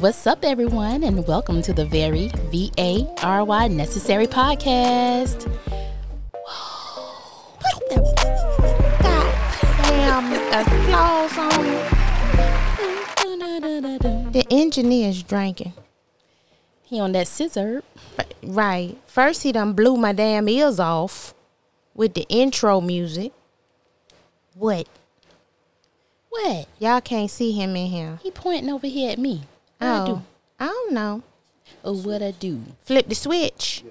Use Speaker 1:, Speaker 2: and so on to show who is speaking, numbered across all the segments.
Speaker 1: What's up, everyone, and welcome to the Very V A R Y Necessary Podcast.
Speaker 2: What the goddamn applause on it. The engineer's drinking.
Speaker 1: He on that scissor.
Speaker 2: Right. First he done blew my damn ears off with the intro music. What?
Speaker 1: What?
Speaker 2: Y'all can't see him in here.
Speaker 1: He pointing over here at me. What I
Speaker 2: Oh.
Speaker 1: do?
Speaker 2: I don't know.
Speaker 1: Oh, what I do?
Speaker 2: Flip the switch.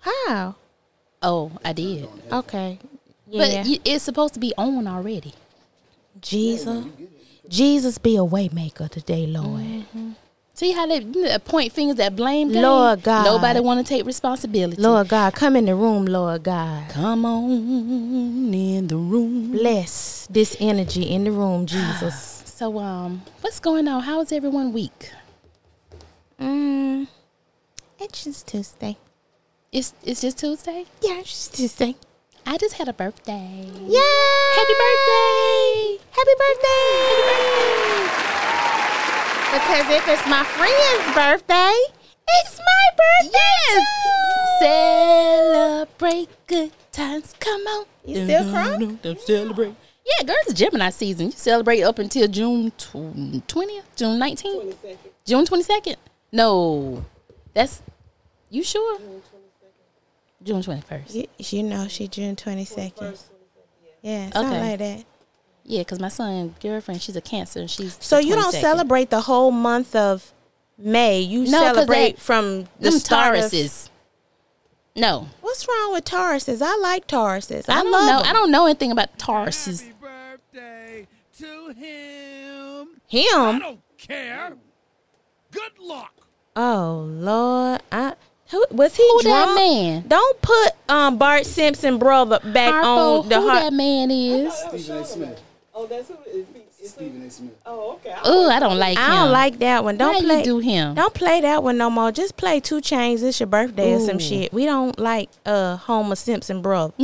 Speaker 2: How?
Speaker 1: Oh, I did.
Speaker 2: Okay. Yeah.
Speaker 1: But y it's supposed to be on already.
Speaker 2: Jesus. Jesus be a waymaker today, Lord.
Speaker 1: Mm. See how they you know, point fingers at blame game?
Speaker 2: Lord God.
Speaker 1: Nobody want to take responsibility.
Speaker 2: Lord God, come in the room, Lord God.
Speaker 1: Come on in the room.
Speaker 2: Bless this energy in the room, Jesus.
Speaker 1: So, um, what's going on? How's everyone week?
Speaker 2: Mm. It's just Tuesday.
Speaker 1: It's it's just Tuesday.
Speaker 2: Yeah, it's just Tuesday.
Speaker 1: I just had a birthday.
Speaker 2: Yay! Happy birthday! Happy birthday! Because if it's my friend's birthday, it's my birthday. Yes!
Speaker 1: Celebrate good times. Come on.
Speaker 2: You still crying?
Speaker 1: Celebrate. Yeah, girl, it's Gemini season. You celebrate up until June twentieth, June nineteenth, June twenty second. No, that's you sure? June twenty first.
Speaker 2: You, you know she June twenty second. Yeah, something
Speaker 1: Okay.
Speaker 2: like that.
Speaker 1: Yeah, because my son girlfriend, she's a Cancer, and she's
Speaker 2: So
Speaker 1: the
Speaker 2: you don't
Speaker 1: 22nd.
Speaker 2: celebrate the whole month of May. You
Speaker 1: 'cause
Speaker 2: celebrate
Speaker 1: that-
Speaker 2: from the
Speaker 1: them
Speaker 2: start of-
Speaker 1: Tauruses. No,
Speaker 2: What's wrong with Tauruses? I like Tauruses.
Speaker 1: I,
Speaker 2: I,
Speaker 1: don't
Speaker 2: love
Speaker 1: know.
Speaker 2: 'em.
Speaker 1: I don't know anything about Tauruses.
Speaker 3: Happy birthday to him. I
Speaker 2: him.
Speaker 3: don't care. Good luck.
Speaker 2: Oh Lord, I who was he
Speaker 1: Who that
Speaker 2: drunk?
Speaker 1: man?
Speaker 2: Don't put um Bart Simpson brother back
Speaker 1: Harpo,
Speaker 2: on the
Speaker 1: who
Speaker 2: heart.
Speaker 1: that man is?
Speaker 4: Stephen A. Smith.
Speaker 5: Oh, that's who it is. It's who-
Speaker 4: Stephen A. Smith.
Speaker 5: Oh, okay. I
Speaker 1: Oh, I don't like him.
Speaker 2: I don't like that one.
Speaker 1: Why
Speaker 2: Don't
Speaker 1: you
Speaker 2: play.
Speaker 1: do him?
Speaker 2: Don't play that one no more. Just play Two Chains. It's your birthday or
Speaker 1: Ooh.
Speaker 2: some shit. We don't like uh Homer Simpson brother.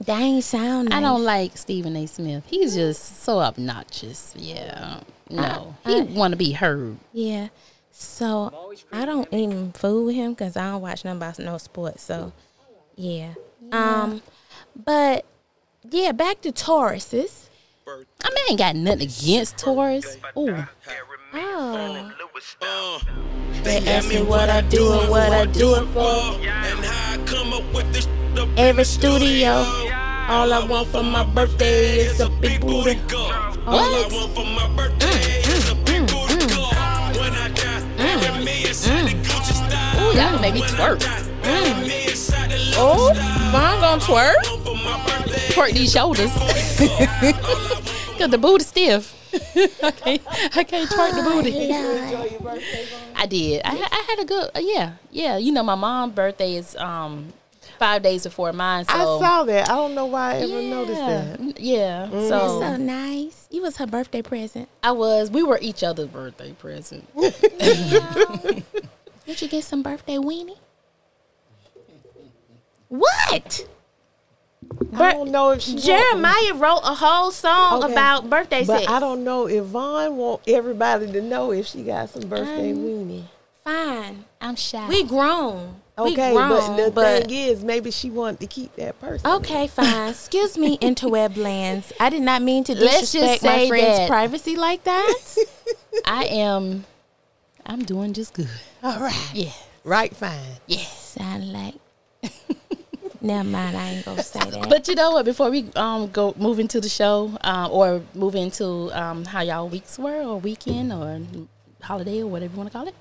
Speaker 2: that ain't sound.
Speaker 1: I
Speaker 2: nice.
Speaker 1: don't like Stephen A. Smith. He's just so obnoxious. Yeah. No. he want to be heard.
Speaker 2: Yeah. So I don't even fool with him because I don't watch nothing about no sports. So yeah. Um, but yeah, back to Tauruses.
Speaker 1: I mean, I ain't got nothing against Taurus. Ooh.
Speaker 2: Oh.
Speaker 6: Uh, They ask me what I do and what I do it for. And how I come up with this shit up in
Speaker 2: Every
Speaker 6: the
Speaker 2: studio.
Speaker 6: All I want for my birthday is a big booty girl. All I
Speaker 1: What?
Speaker 6: want for my birthday is a big booty girl. When I die, bury me inside the Gucci style.
Speaker 1: Ooh, y'all make me
Speaker 6: When I
Speaker 1: twerk.
Speaker 6: die, bury me inside the Louis
Speaker 2: Oh,
Speaker 6: style.
Speaker 2: Von gonna twerk?
Speaker 6: I want for my birthday
Speaker 1: Twerk these shoulders. Because the booty stiff. I can't, I can't twerk the booty. I did. I, I had a good, yeah. Yeah. You know, my mom's birthday is um five days before mine. So
Speaker 5: I saw that. I don't know why I ever noticed that. Mm.
Speaker 1: Yeah.
Speaker 2: That's
Speaker 1: So
Speaker 2: so nice. You was her birthday present.
Speaker 1: I was. We were each other's birthday present.
Speaker 2: Did you get some birthday weenie? What?
Speaker 5: I don't know if she want-
Speaker 2: Jeremiah wrote a whole song
Speaker 5: Okay.
Speaker 2: about birthday
Speaker 5: but
Speaker 2: sex.
Speaker 5: I don't know if Vaughn want everybody to know if she got some birthday weenie.
Speaker 2: Fine.
Speaker 1: I'm shy.
Speaker 2: We grown. we
Speaker 5: Okay,
Speaker 2: grown,
Speaker 5: but the
Speaker 2: but-
Speaker 5: thing is, maybe she wanted to keep that person.
Speaker 2: Okay, fine. Excuse me, interweb lands. I did not mean to
Speaker 1: Let's just
Speaker 2: disrespect my
Speaker 1: say
Speaker 2: friend's
Speaker 1: that-
Speaker 2: privacy like that.
Speaker 1: I am. I'm doing just good.
Speaker 5: All right.
Speaker 1: Yeah.
Speaker 5: Right. Fine.
Speaker 2: Sound like. Never mind. I ain't gonna say that.
Speaker 1: But you know what? Before we um go move into the show uh, or move into um how y'all weeks were or weekend or holiday or whatever you want to call it,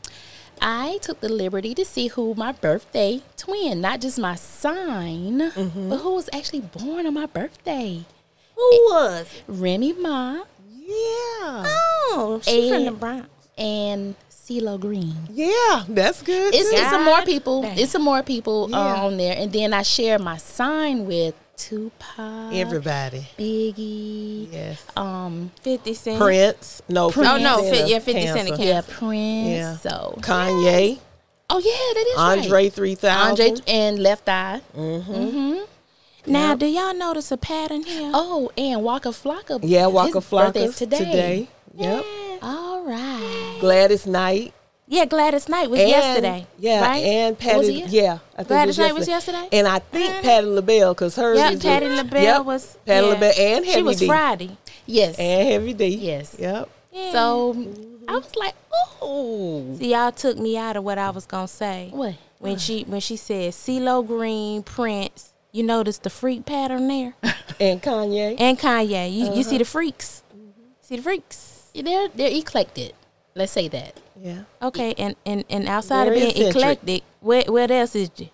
Speaker 1: I took the liberty to see who my birthday twin, not just my sign,
Speaker 5: Mm-hmm.
Speaker 1: but who was actually born on my birthday.
Speaker 2: Who was?
Speaker 1: Remy Ma
Speaker 5: Yeah.
Speaker 2: Oh, she from
Speaker 1: And-
Speaker 2: the Bronx.
Speaker 1: and CeeLo Green.
Speaker 5: Yeah. That's good.
Speaker 1: It's,
Speaker 5: too.
Speaker 1: it's some more
Speaker 2: God
Speaker 1: people.
Speaker 2: dang.
Speaker 1: It's some more people uh,
Speaker 5: Yeah.
Speaker 1: on there, and then I share my sign with Tupac,
Speaker 5: everybody.
Speaker 1: Biggie,
Speaker 5: Yes.
Speaker 1: um,
Speaker 2: Fifty Cent.
Speaker 5: Prince. No.
Speaker 2: Oh no,
Speaker 5: Prince.
Speaker 2: fi- yeah, Fifty Cent.
Speaker 5: Cancer.
Speaker 2: account.
Speaker 1: yeah, Prince.
Speaker 5: Yeah.
Speaker 1: So,
Speaker 5: Kanye.
Speaker 1: oh yeah, that is
Speaker 5: Andre Mm.
Speaker 1: right.
Speaker 5: 3000.
Speaker 1: Andre and Left Eye.
Speaker 2: Now, do y'all notice a pattern here?
Speaker 1: Oh, and Waka Flocka.
Speaker 5: Yeah, Waka
Speaker 1: his birthday
Speaker 5: Flocka
Speaker 1: is today.
Speaker 5: today. Yep.
Speaker 2: All right.
Speaker 5: Gladys Knight.
Speaker 2: Yeah, Gladys Knight was
Speaker 5: and-
Speaker 2: yesterday.
Speaker 5: Yeah,
Speaker 2: right?
Speaker 5: and
Speaker 1: Was it
Speaker 5: Patty.
Speaker 1: yes-
Speaker 5: Yeah, I think
Speaker 2: Gladys
Speaker 5: it
Speaker 2: Knight was yesterday?
Speaker 5: And I think
Speaker 1: Mm-hmm.
Speaker 5: Patty LaBelle, cause hers
Speaker 2: Yep,
Speaker 5: is
Speaker 2: Patty
Speaker 5: the-
Speaker 2: LaBelle
Speaker 5: yep,
Speaker 2: was.
Speaker 5: Patty
Speaker 2: yeah.
Speaker 5: LaBelle and Heavy
Speaker 2: She was
Speaker 5: D.
Speaker 2: Friday.
Speaker 1: Yes.
Speaker 5: and Heavy D.
Speaker 1: Yes.
Speaker 5: Yep.
Speaker 2: So
Speaker 1: So I was like, oh,
Speaker 2: y'all took me out of what I was gonna say.
Speaker 1: what?
Speaker 2: When she when she said CeeLo Green, Prince, you notice the freak pattern there,
Speaker 5: And Kanye.
Speaker 2: and Kanye. You, you
Speaker 5: Uh-huh.
Speaker 2: see the freaks, see the freaks.
Speaker 1: They're they're eclectic. Let's say that.
Speaker 5: yeah.
Speaker 2: Okay, and and and outside
Speaker 5: Very
Speaker 2: of being
Speaker 5: eccentric.
Speaker 2: eclectic, what what else is you?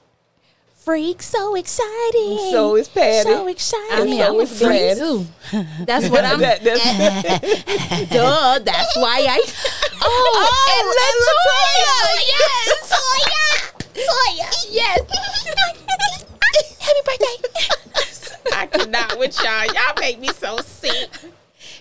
Speaker 2: Freak, so exciting.
Speaker 5: So is Patty.
Speaker 2: So
Speaker 1: I
Speaker 5: And
Speaker 2: exciting.
Speaker 1: mean,
Speaker 5: so
Speaker 1: I'm a
Speaker 5: is
Speaker 1: freak
Speaker 5: Gladys.
Speaker 1: too.
Speaker 2: That's what I'm.
Speaker 5: That- that's-
Speaker 2: duh. That's why I.
Speaker 1: Oh,
Speaker 5: and
Speaker 2: Oh,
Speaker 1: Yes, Toya, yes, yes. Happy birthday.
Speaker 5: I cannot with y'all. Y'all make me so sick.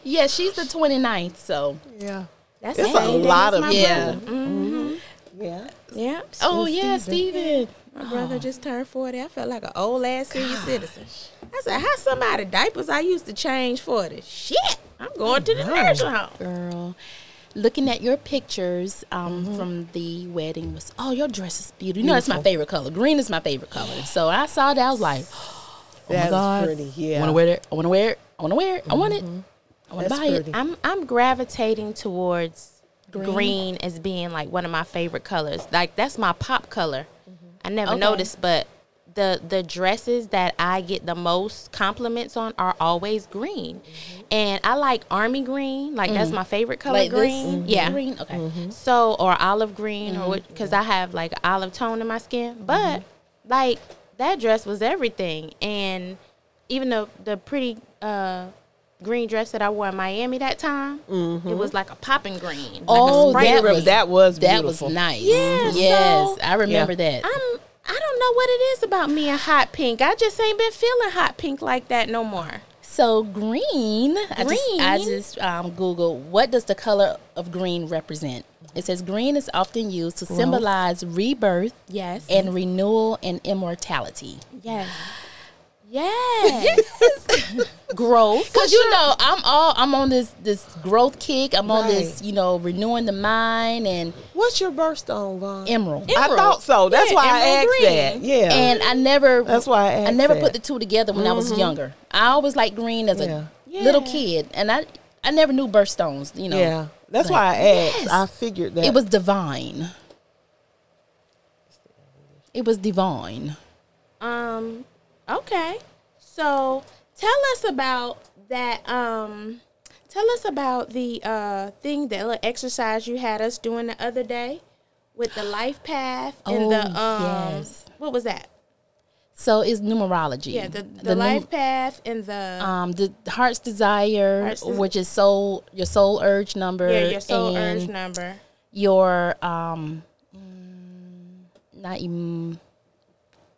Speaker 1: yeah, she's the 29th, so
Speaker 5: Yeah.
Speaker 2: That's
Speaker 5: It's a
Speaker 2: Hey,
Speaker 5: lot
Speaker 2: that's
Speaker 5: of
Speaker 2: my
Speaker 1: yeah. Mm-hmm.
Speaker 5: people. Yeah.
Speaker 2: brother. Yep.
Speaker 1: Oh yeah, Steven.
Speaker 2: My brother just turned 40. I felt like an old ass senior citizen. I said, how somebody diapers I used to change for this? Shit, I'm going to the nursing home.
Speaker 1: girl. Looking at your pictures um,
Speaker 5: Mm-hmm.
Speaker 1: from the wedding was oh your dress is beautiful. You know that's my favorite color. Green is my favorite color. So I saw that I was like, oh
Speaker 5: That
Speaker 1: my
Speaker 5: is
Speaker 1: god,
Speaker 5: pretty, yeah. Mm-hmm.
Speaker 1: I want to wear it. I want to wear it. I want to wear it. I want it. I want to
Speaker 5: That's
Speaker 1: buy
Speaker 5: pretty.
Speaker 1: it.
Speaker 2: I'm, I'm gravitating towards green. as being like one of my favorite colors. Like, that's my pop color. I never
Speaker 1: Okay.
Speaker 2: noticed, but the, the dresses that I get the most compliments on are always green. And I like army green. Mm-hmm. Like, Mm-hmm. that's my favorite color
Speaker 1: Like
Speaker 2: green.
Speaker 1: this.
Speaker 2: Yeah.
Speaker 5: Mm-hmm.
Speaker 1: green. Okay.
Speaker 2: so or olive green
Speaker 1: Mm-hmm.
Speaker 2: or what because i have like olive tone in my skin but like that dress was everything and even the the pretty uh green dress that i wore in miami that time it was like a popping green like a
Speaker 1: Mm-hmm. Oh,
Speaker 2: sprite
Speaker 1: that
Speaker 2: green.
Speaker 1: was-
Speaker 5: that was
Speaker 1: That was
Speaker 5: beautiful.
Speaker 1: nice.
Speaker 2: Yeah,
Speaker 1: yes,
Speaker 2: so-
Speaker 1: I remember that.
Speaker 2: i'm i don't know what it is about me and hot pink i just ain't been feeling hot pink like that no more
Speaker 1: So green, I just, I
Speaker 2: Green?
Speaker 1: just um, Googled what does the color of green represent. It says green is often used to symbolize rebirth,
Speaker 2: Yes.
Speaker 1: and renewal and immortality.
Speaker 2: yes yes growth
Speaker 1: Cause you know I'm all I'm on this this growth kick. I'm on this
Speaker 5: Right.
Speaker 1: you know renewing the mind and
Speaker 5: What's your birthstone, Vaughn?
Speaker 1: emerald.
Speaker 5: I thought so. That's
Speaker 2: Yeah,
Speaker 5: why
Speaker 2: emerald
Speaker 5: I asked
Speaker 2: green.
Speaker 5: that. Yeah.
Speaker 1: And I never
Speaker 5: That's why I
Speaker 1: I
Speaker 5: asked
Speaker 1: never put
Speaker 5: that.
Speaker 1: the two together when I was younger. I always liked green as
Speaker 5: Mm-hmm. Yeah.
Speaker 1: a little
Speaker 2: Yeah.
Speaker 1: kid, and I I never knew birthstones. You know,
Speaker 5: yeah. That's
Speaker 1: Like,
Speaker 5: why I asked.
Speaker 1: yes.
Speaker 5: I figured that
Speaker 1: It was divine. It was divine.
Speaker 2: Um, okay. So tell us about that. Um, tell us about the uh thing that little exercise you had us doing the other day with the life path and the
Speaker 1: Oh,
Speaker 2: um,
Speaker 1: yes.
Speaker 2: what was that?
Speaker 1: So it's numerology.
Speaker 2: Yeah, the the,
Speaker 1: num-
Speaker 2: life path and the
Speaker 1: um, the heart's desire,
Speaker 2: Heart's des-
Speaker 1: which is soul, your soul urge number,
Speaker 2: yeah your soul
Speaker 1: and
Speaker 2: urge number.
Speaker 1: your um, mm, not em-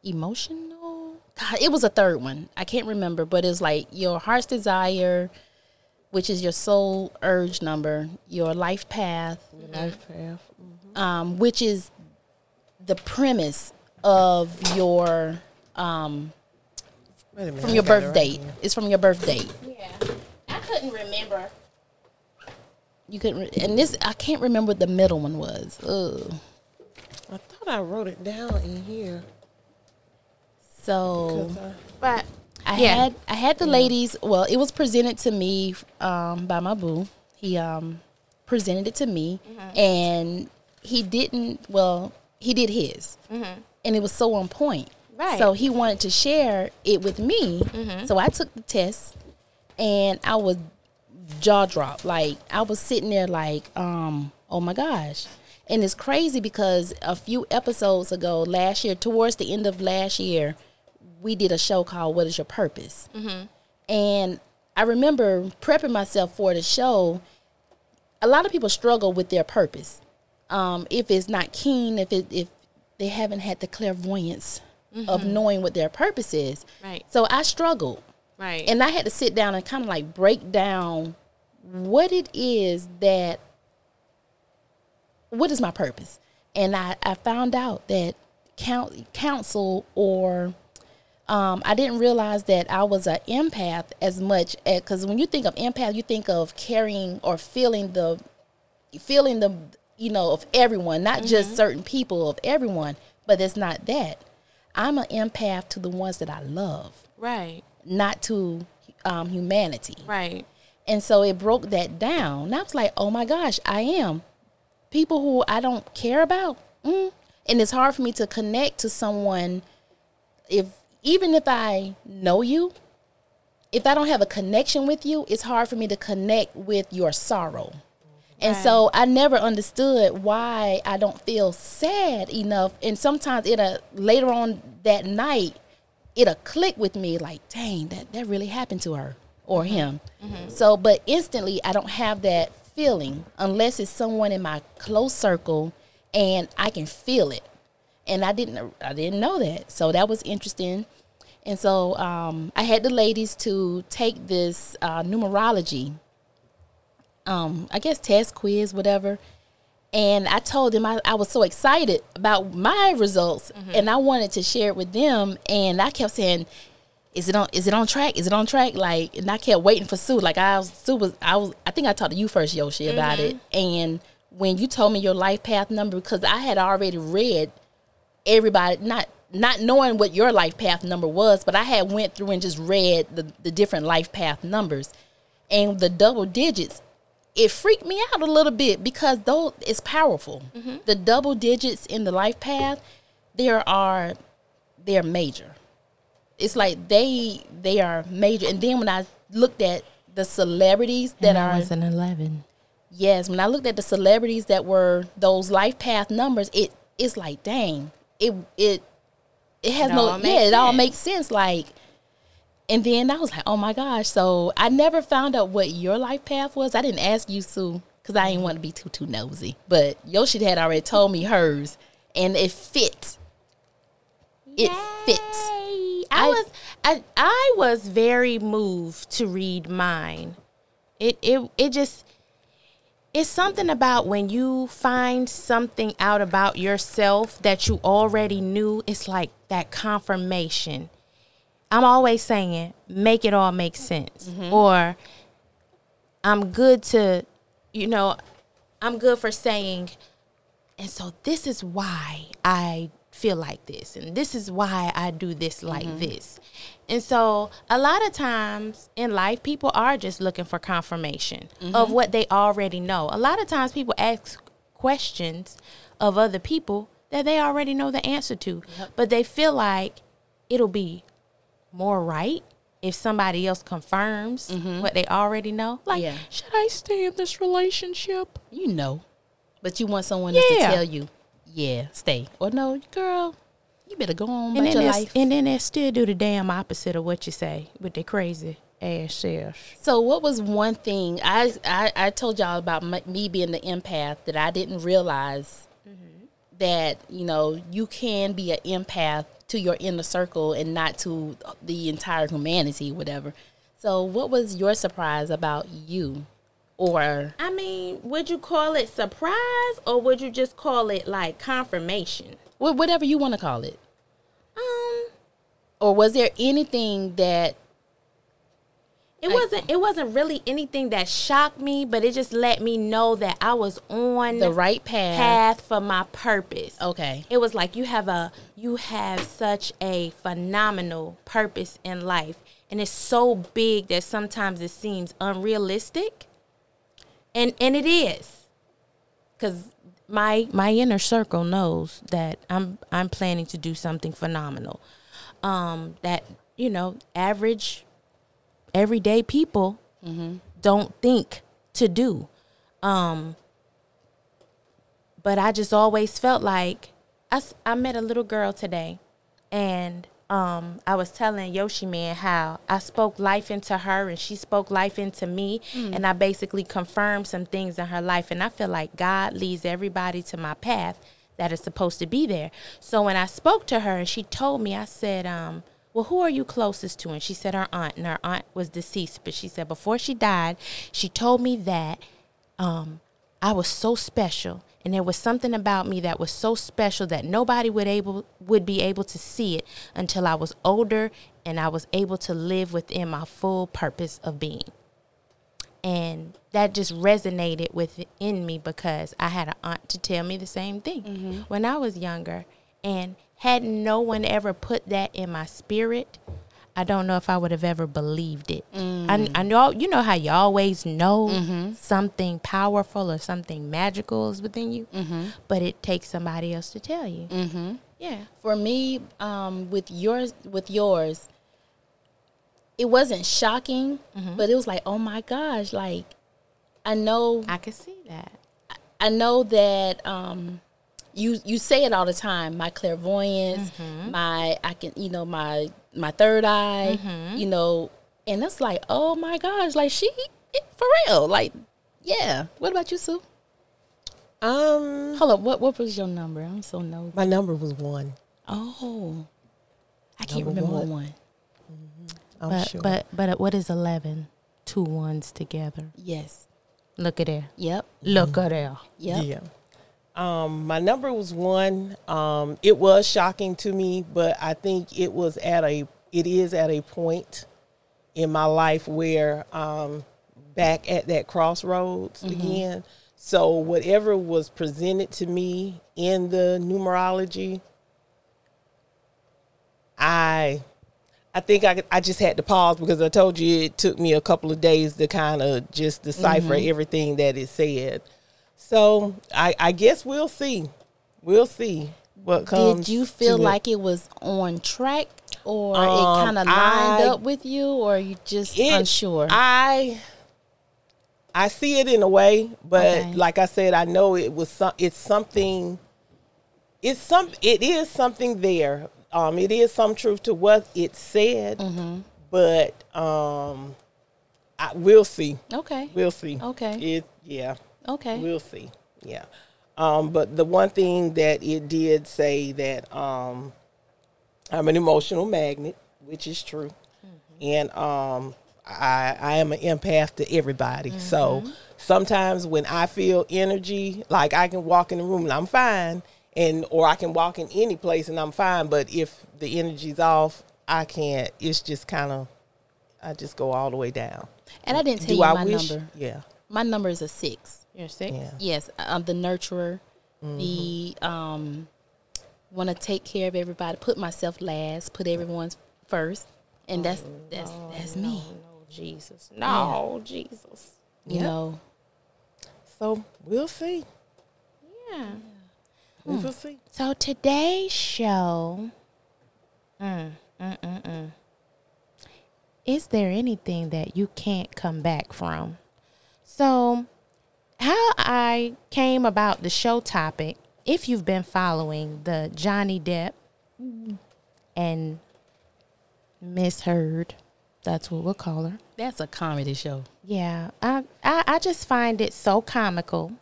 Speaker 1: emotional. God, it was a third one. I can't remember, but it's like your heart's desire, which is your soul urge number, your life path,
Speaker 2: Mm-hmm.
Speaker 5: life path.
Speaker 1: um, which is the premise of your um,
Speaker 5: Wait a minute.
Speaker 1: from
Speaker 5: I
Speaker 1: your
Speaker 5: got it
Speaker 1: birth
Speaker 5: right
Speaker 1: date.
Speaker 5: here.
Speaker 1: It's from your birth date.
Speaker 2: Yeah, I couldn't remember.
Speaker 1: You could, re- and this I can't remember what the middle one was. Ugh.
Speaker 5: I thought I wrote it down in here.
Speaker 1: So
Speaker 5: 'Cause I-
Speaker 2: But
Speaker 1: I
Speaker 2: Yeah.
Speaker 1: had I had the ladies. Well, it was presented to me um, by my boo. He um, presented it to me, and he didn't. Well, he did his, and it was so on point.
Speaker 2: Right.
Speaker 1: So he wanted to share it with me. So I took the test, and I was jaw dropped. Like I was sitting there, like, um, oh my gosh. And it's crazy because a few episodes ago, last year, towards the end of last year, we did a show called "What Is Your Purpose," and I remember prepping myself for the show. A lot of people struggle with their purpose, um, if it's not keen, if it if they haven't had the clairvoyance of knowing what their purpose is.
Speaker 2: Right.
Speaker 1: So I struggled,
Speaker 2: right
Speaker 1: and I had to sit down and kind of like break down what it is that what is my purpose? And I, I found out that count, counsel or um, I didn't realize that I was an empath as much because when you think of empath, you think of carrying or feeling the feeling the you know of everyone, not just certain people of everyone. But it's not that. I'm an empath to the ones that I love,
Speaker 2: Right.
Speaker 1: not to um, humanity.
Speaker 2: Right.
Speaker 1: And so it broke that down. And I was like, oh my gosh, I am. People who I don't care about. Mm. And it's hard for me to connect to someone if even if I know you, if I don't have a connection with you, it's hard for me to connect with your sorrow. And so I never understood why I don't feel sad enough. And sometimes it uh, later on that night, it'll click with me like, dang, that, that really happened to her or him. So, but instantly I don't have that feeling unless it's someone in my close circle and I can feel it. And I didn't, I didn't know that. So that was interesting. And so um, I had the ladies to take this uh, numerology um, I guess test quiz, whatever. And I told them I, I was so excited about my results and I wanted to share it with them. And I kept saying, Is it on is it on track? Is it on track? Like and I kept waiting for Sue. Like I was Sue was I was I think I talked to you first, Yoshi, about it. And when you told me your life path number, because I had already read everybody not not knowing what your life path number was, but I had went through and just read the, the different life path numbers and the double digits. It freaked me out a little bit because though it's powerful, the double digits in the life path, there are they're major. It's like they they are major. And then when I looked at the celebrities that are
Speaker 2: an 11.
Speaker 1: Yes, when I looked at the celebrities that were those life path numbers, it it's like dang, it it it has
Speaker 2: It
Speaker 1: no
Speaker 2: all makes
Speaker 1: yeah, it all
Speaker 2: sense.
Speaker 1: makes sense. Like, and then I was like, oh my gosh. So I never found out what your life path was. I didn't ask you Sue because I didn't want to be too too nosy. But Yoshi had already told me hers, and it fits. It fits.
Speaker 2: I,
Speaker 1: I-
Speaker 2: was I, I was very moved to read mine. It it it just it's something about when you find something out about yourself that you already knew. It's like that confirmation. I'm always saying, make it all make sense,
Speaker 1: Mm-hmm.
Speaker 2: or I'm good to, you know, I'm good for saying, and so this is why I feel like this, and this is why I do this like this. And so, a lot of times in life, people are just looking for confirmation of what they already know. A lot of times, people ask questions of other people that they already know the answer to, but they feel like it'll be more right if somebody else confirms what they already know. Like,
Speaker 1: Yeah.
Speaker 2: should I stay in this relationship?
Speaker 1: You know, but you want someone else to
Speaker 2: Yeah.
Speaker 1: tell you, yeah, stay or no, girl, you better go on
Speaker 2: and
Speaker 1: about
Speaker 2: then
Speaker 1: your
Speaker 2: they-
Speaker 1: life.
Speaker 2: And then they still do the damn opposite of what you say with their crazy ass self.
Speaker 1: So, what was one thing I I, I told y'all about my, me being the empath that I didn't realize that you know you can be an empath to your inner circle and not to the entire humanity, whatever. So, what was your surprise about you, or
Speaker 2: I mean, would you call it surprise or would you just call it like confirmation?
Speaker 1: wha- whatever you want to call it?
Speaker 2: Um,
Speaker 1: Or was there anything that
Speaker 2: it wasn't it wasn't really anything that shocked me, but it just let me know that I was on
Speaker 1: the right Oh, path?
Speaker 2: path for my purpose.
Speaker 1: Okay.
Speaker 2: It was like you have a you have such a phenomenal purpose in life and it's so big that sometimes it seems unrealistic. And and it is. Cuz my my inner circle knows that I'm I'm planning to do something phenomenal. Um that you know, average everyday people don't think to do but I just always felt like I, s- I met a little girl today and um, I was telling Yoshi Man how I spoke life into her and she spoke life into me. And I basically confirmed some things in her life. And I feel like God leads everybody to my path that is supposed to be there. So when I spoke to her and she told me, I said, um, well, who are you closest to? And she said her aunt, and her aunt was deceased. But she said before she died, she told me that um, I was so special, and there was something about me that was so special that nobody would able would be able to see it until I was older and I was able to live within my full purpose of being. And that just resonated within me because I had an aunt to tell me the same thing when I was younger. And had no one ever put that in my spirit, I don't know if I would have ever believed it. I, I know you know how you always know something powerful or something magical is within you, but it takes somebody else to tell you. Mm-hmm. Yeah,
Speaker 1: for me um, with yours with yours it wasn't shocking but it was like oh my gosh like i know
Speaker 2: I could see that.
Speaker 1: i know that um, you you say it all the time my clairvoyance my i can you know my my third eye you know and it's like oh my gosh like she for real like yeah what about you sue
Speaker 5: Um,
Speaker 1: hold up what what was your number i'm so nosy
Speaker 5: my number was one.
Speaker 1: oh i can't
Speaker 5: Number
Speaker 1: remember what
Speaker 5: one.
Speaker 1: one
Speaker 5: I'm
Speaker 2: but
Speaker 5: Oh, sure.
Speaker 2: but but what is 11? Two ones together.
Speaker 1: yes
Speaker 2: Look at there.
Speaker 1: yep
Speaker 2: Look at there.
Speaker 1: yep
Speaker 5: Yeah. Um, my number was one. Um, it was shocking to me, but I think it was at a it is at a point in my life where um back at that crossroads
Speaker 2: Mm-hmm.
Speaker 5: again. So whatever was presented to me in the numerology, I I think I, I just had to pause because I told you it took me a couple of days to kind of just decipher
Speaker 1: Mm-hmm.
Speaker 5: everything that it said. So I, I guess we'll see. We'll see what comes.
Speaker 1: Did you feel
Speaker 5: Um, to it.
Speaker 1: like it was on track or it
Speaker 5: Um,
Speaker 1: kind of lined
Speaker 5: I-
Speaker 1: up with you or you just
Speaker 5: It-
Speaker 1: unsure?
Speaker 5: I I see it in a way, but
Speaker 1: Okay.
Speaker 5: like I said, I know it was some. It's something. It's some. It is something there. Um, it is some truth to what it said,
Speaker 1: Mm-hmm.
Speaker 5: but um, I, we'll see.
Speaker 1: okay.
Speaker 5: We'll see.
Speaker 1: Okay.
Speaker 5: It. Yeah.
Speaker 1: Okay.
Speaker 5: We'll see. Yeah. Um, but the one thing that it did say that um, I'm an emotional magnet, which is true,
Speaker 1: Mm-hmm.
Speaker 5: and um, I I am an empath to everybody. So
Speaker 1: Mm-hmm.
Speaker 5: sometimes when I feel energy, like I can walk in the room and I'm fine, and or I can walk in any place and I'm fine. But if the energy's off, I can't. It's just kind of I just go all the way down.
Speaker 1: and I didn't tell
Speaker 5: Do
Speaker 1: you
Speaker 5: I
Speaker 1: my
Speaker 5: wish?
Speaker 1: number.
Speaker 5: Yeah.
Speaker 1: My number is a six.
Speaker 2: You're six.
Speaker 5: Yeah.
Speaker 1: Yes, I'm the nurturer.
Speaker 5: Mm-hmm.
Speaker 1: The um, want to take care of everybody. Put myself last. Put everyone first. And that's
Speaker 5: Oh,
Speaker 1: that's that's me.
Speaker 2: No, Jesus. No, Jesus.
Speaker 1: You know.
Speaker 5: So we'll see.
Speaker 2: Yeah.
Speaker 5: We
Speaker 2: Mm.
Speaker 5: will see.
Speaker 2: So today's show. Mm, mm, mm, mm. Is there anything that you can't come back from? So, how I came about the show topic, if you've been following the Johnny Depp and Miss Heard, that's what we'll call her.
Speaker 1: That's a comedy show.
Speaker 2: Yeah, I, I I just find it so comical.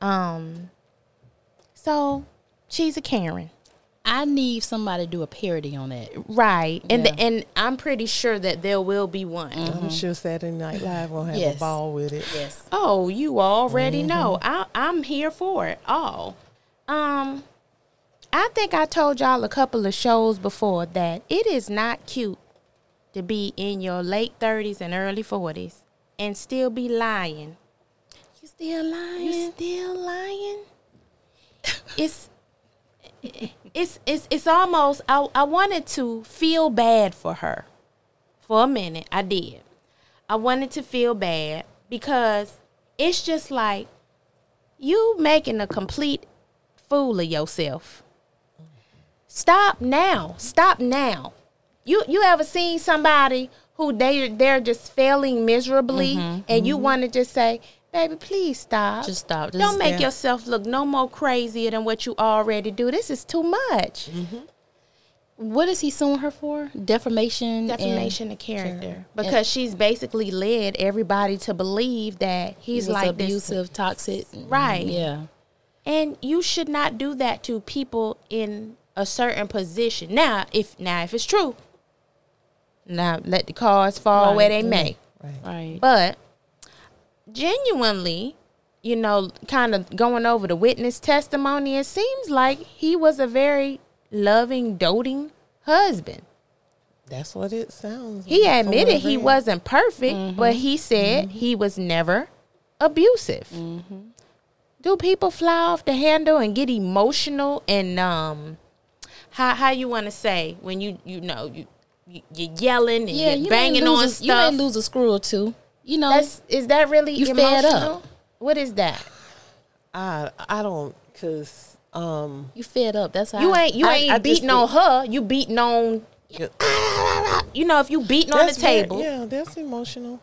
Speaker 2: Um, so she's a Karen,
Speaker 1: I need somebody to do a parody on that.
Speaker 2: right? And
Speaker 1: Yeah. Mm-hmm.
Speaker 2: the, and I'm pretty sure that there will be one.
Speaker 5: I'm sure Saturday Night Live will have
Speaker 1: Yes.
Speaker 5: a ball with it.
Speaker 1: Yes.
Speaker 2: Oh, you already
Speaker 1: Mm-hmm.
Speaker 2: know. I, I'm here for it all. Um, I think I told y'all a couple of shows before that it is not cute to be in your late 30s and early 40s and still be lying
Speaker 1: You still lying?
Speaker 2: You still lying? it's it's it's it's almost I I wanted to feel bad for her. For a minute, I did. I wanted to feel bad because it's just like you making a complete fool of yourself. Stop now. Stop now. You you ever seen somebody who they they're just failing miserably and you want to just say, "Baby, please stop."
Speaker 1: Just stop. Just-
Speaker 2: Don't make
Speaker 5: yeah.
Speaker 2: yourself look no more crazier than what you already do. This is too much.
Speaker 1: What is he suing her for? Defamation. and-
Speaker 2: Defamation of character because she's basically led everybody to believe that he's
Speaker 1: He's like
Speaker 2: like this
Speaker 1: abusive, toxic.
Speaker 2: Right.
Speaker 1: Yeah.
Speaker 2: and you should not do that to people in a certain position now if now if it's true now let the cards fall where they
Speaker 1: Right.
Speaker 2: may
Speaker 5: Right.
Speaker 1: Right.
Speaker 2: but genuinely you know, kind of going over the witness testimony, it seems like he was a very loving, doting husband.
Speaker 5: That's what it sounds.
Speaker 2: He
Speaker 5: like from what I
Speaker 2: admitted he
Speaker 5: read.
Speaker 2: wasn't perfect,
Speaker 1: Mm-hmm.
Speaker 2: but he said he was never abusive.
Speaker 1: Mm-hmm.
Speaker 2: Do people fly off the handle and get emotional and um how how you want to say when you you know you you- you're yelling and
Speaker 1: Yeah,
Speaker 2: you're
Speaker 1: you
Speaker 2: banging
Speaker 1: may lose
Speaker 2: on
Speaker 1: a,
Speaker 2: stuff.
Speaker 1: You may lose a screw or two. You know,
Speaker 2: That's is that really
Speaker 1: You
Speaker 2: emotional?
Speaker 1: fed up.
Speaker 2: What is that?
Speaker 5: I I don't cause um
Speaker 1: you fed up. That's how
Speaker 2: You ain't you
Speaker 5: I-
Speaker 2: ain't
Speaker 5: I just
Speaker 2: beating on her. You beating on. You know, if you beating on the
Speaker 5: that's very-
Speaker 2: table, yeah.
Speaker 5: yeah, that's emotional.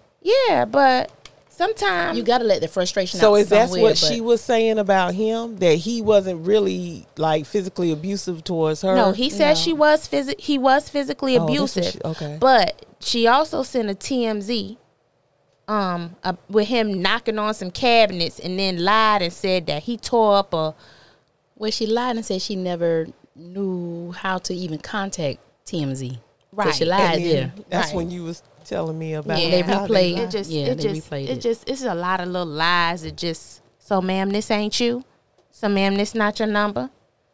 Speaker 2: but sometimes
Speaker 1: You got to let the frustration
Speaker 5: So
Speaker 1: out.
Speaker 5: is that's
Speaker 1: somewhere,
Speaker 5: what she
Speaker 1: but-
Speaker 5: was saying about him that he wasn't really like physically abusive towards her.
Speaker 2: no. He said she was physi- he was physically
Speaker 5: Oh, that's what
Speaker 2: abusive.
Speaker 5: she- okay.
Speaker 2: but she also sent a TMZ. Um, uh, with him knocking on some cabinets and then lied and said that he tore up a
Speaker 1: Well, she lied and said she never knew how to even contact TMZ. So she
Speaker 2: Right.
Speaker 1: lied
Speaker 5: And then
Speaker 1: there.
Speaker 5: That's
Speaker 2: Right.
Speaker 5: when you was telling me about.
Speaker 1: Yeah, they
Speaker 5: how
Speaker 1: replayed
Speaker 5: lied.
Speaker 1: it.
Speaker 2: It just,
Speaker 1: Yeah,
Speaker 2: it
Speaker 1: they
Speaker 2: just,
Speaker 1: replayed
Speaker 2: it,
Speaker 1: it.
Speaker 2: just, it's a lot of little lies. It just, so ma'am, this ain't you. So ma'am, this not your number.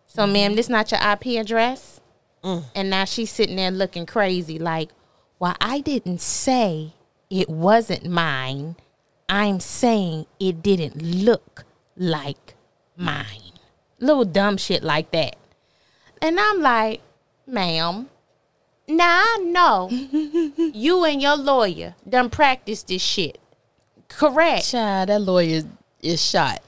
Speaker 2: So
Speaker 1: Mm-hmm.
Speaker 2: ma'am, this not your IP address.
Speaker 1: Mm.
Speaker 2: And now she's sitting there looking crazy, like, well, I didn't say it wasn't mine. I'm saying it didn't look like mine. Little dumb shit like that. And I'm like, ma'am, now I know you and your lawyer done practiced this shit. Correct.
Speaker 1: Child, that lawyer is shot.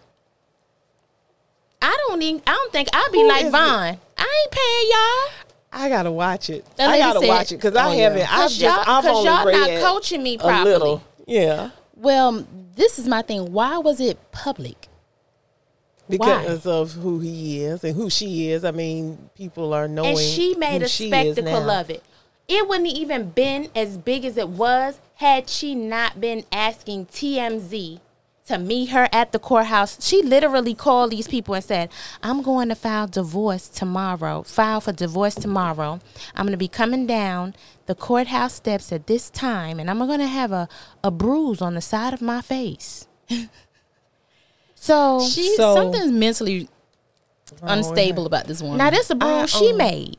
Speaker 2: I don't even I don't think I'd be
Speaker 5: Who
Speaker 2: like
Speaker 5: is
Speaker 2: Vaughn. I ain't
Speaker 5: I gotta watch it.
Speaker 1: That
Speaker 5: I
Speaker 1: lady
Speaker 5: gotta
Speaker 1: said-
Speaker 5: watch it because I
Speaker 1: Oh, yeah.
Speaker 5: haven't. I've
Speaker 2: paying
Speaker 5: just
Speaker 2: y'all. Cause y'all,
Speaker 5: I've
Speaker 2: cause
Speaker 5: only
Speaker 2: y'all
Speaker 5: read
Speaker 2: not coaching me
Speaker 5: a
Speaker 2: properly.
Speaker 5: little. Yeah,
Speaker 1: Well, this is my thing. Why was it public?
Speaker 5: because of who he is and who she is. I mean, people are knowing.
Speaker 2: And she made
Speaker 5: who
Speaker 2: a
Speaker 5: she is
Speaker 2: spectacle
Speaker 5: now.
Speaker 2: of it. It wouldn't even been as big as it was had she not been asking TMZ to meet her at the courthouse. She literally called these people and said, I'm going to file divorce tomorrow. File for divorce tomorrow. I'm going to be coming down the courthouse steps at this time and I'm going to have a, a bruise on the side of my face. so
Speaker 1: She
Speaker 5: So-
Speaker 1: something's mentally unstable about this woman.
Speaker 2: now this a bruise she made.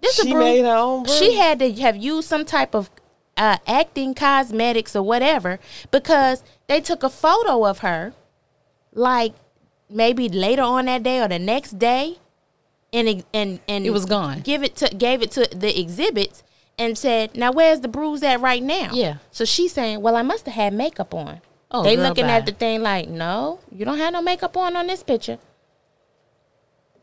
Speaker 2: This
Speaker 5: She
Speaker 2: a bruise.
Speaker 5: made her own. Brew.
Speaker 2: She had to have used some type of uh, acting cosmetics or whatever because they took a photo of her, like maybe later on that day or the next day, and it- and and
Speaker 1: It was gone.
Speaker 2: Give it to gave it to the exhibits and said, "Now where's the bruise at right now?"
Speaker 1: Yeah.
Speaker 2: So she's saying, "Well, I must have had makeup on."
Speaker 1: Oh,
Speaker 2: they
Speaker 1: girl,
Speaker 2: looking
Speaker 1: bye.
Speaker 2: at the thing like, "No, you don't have no makeup on on this picture."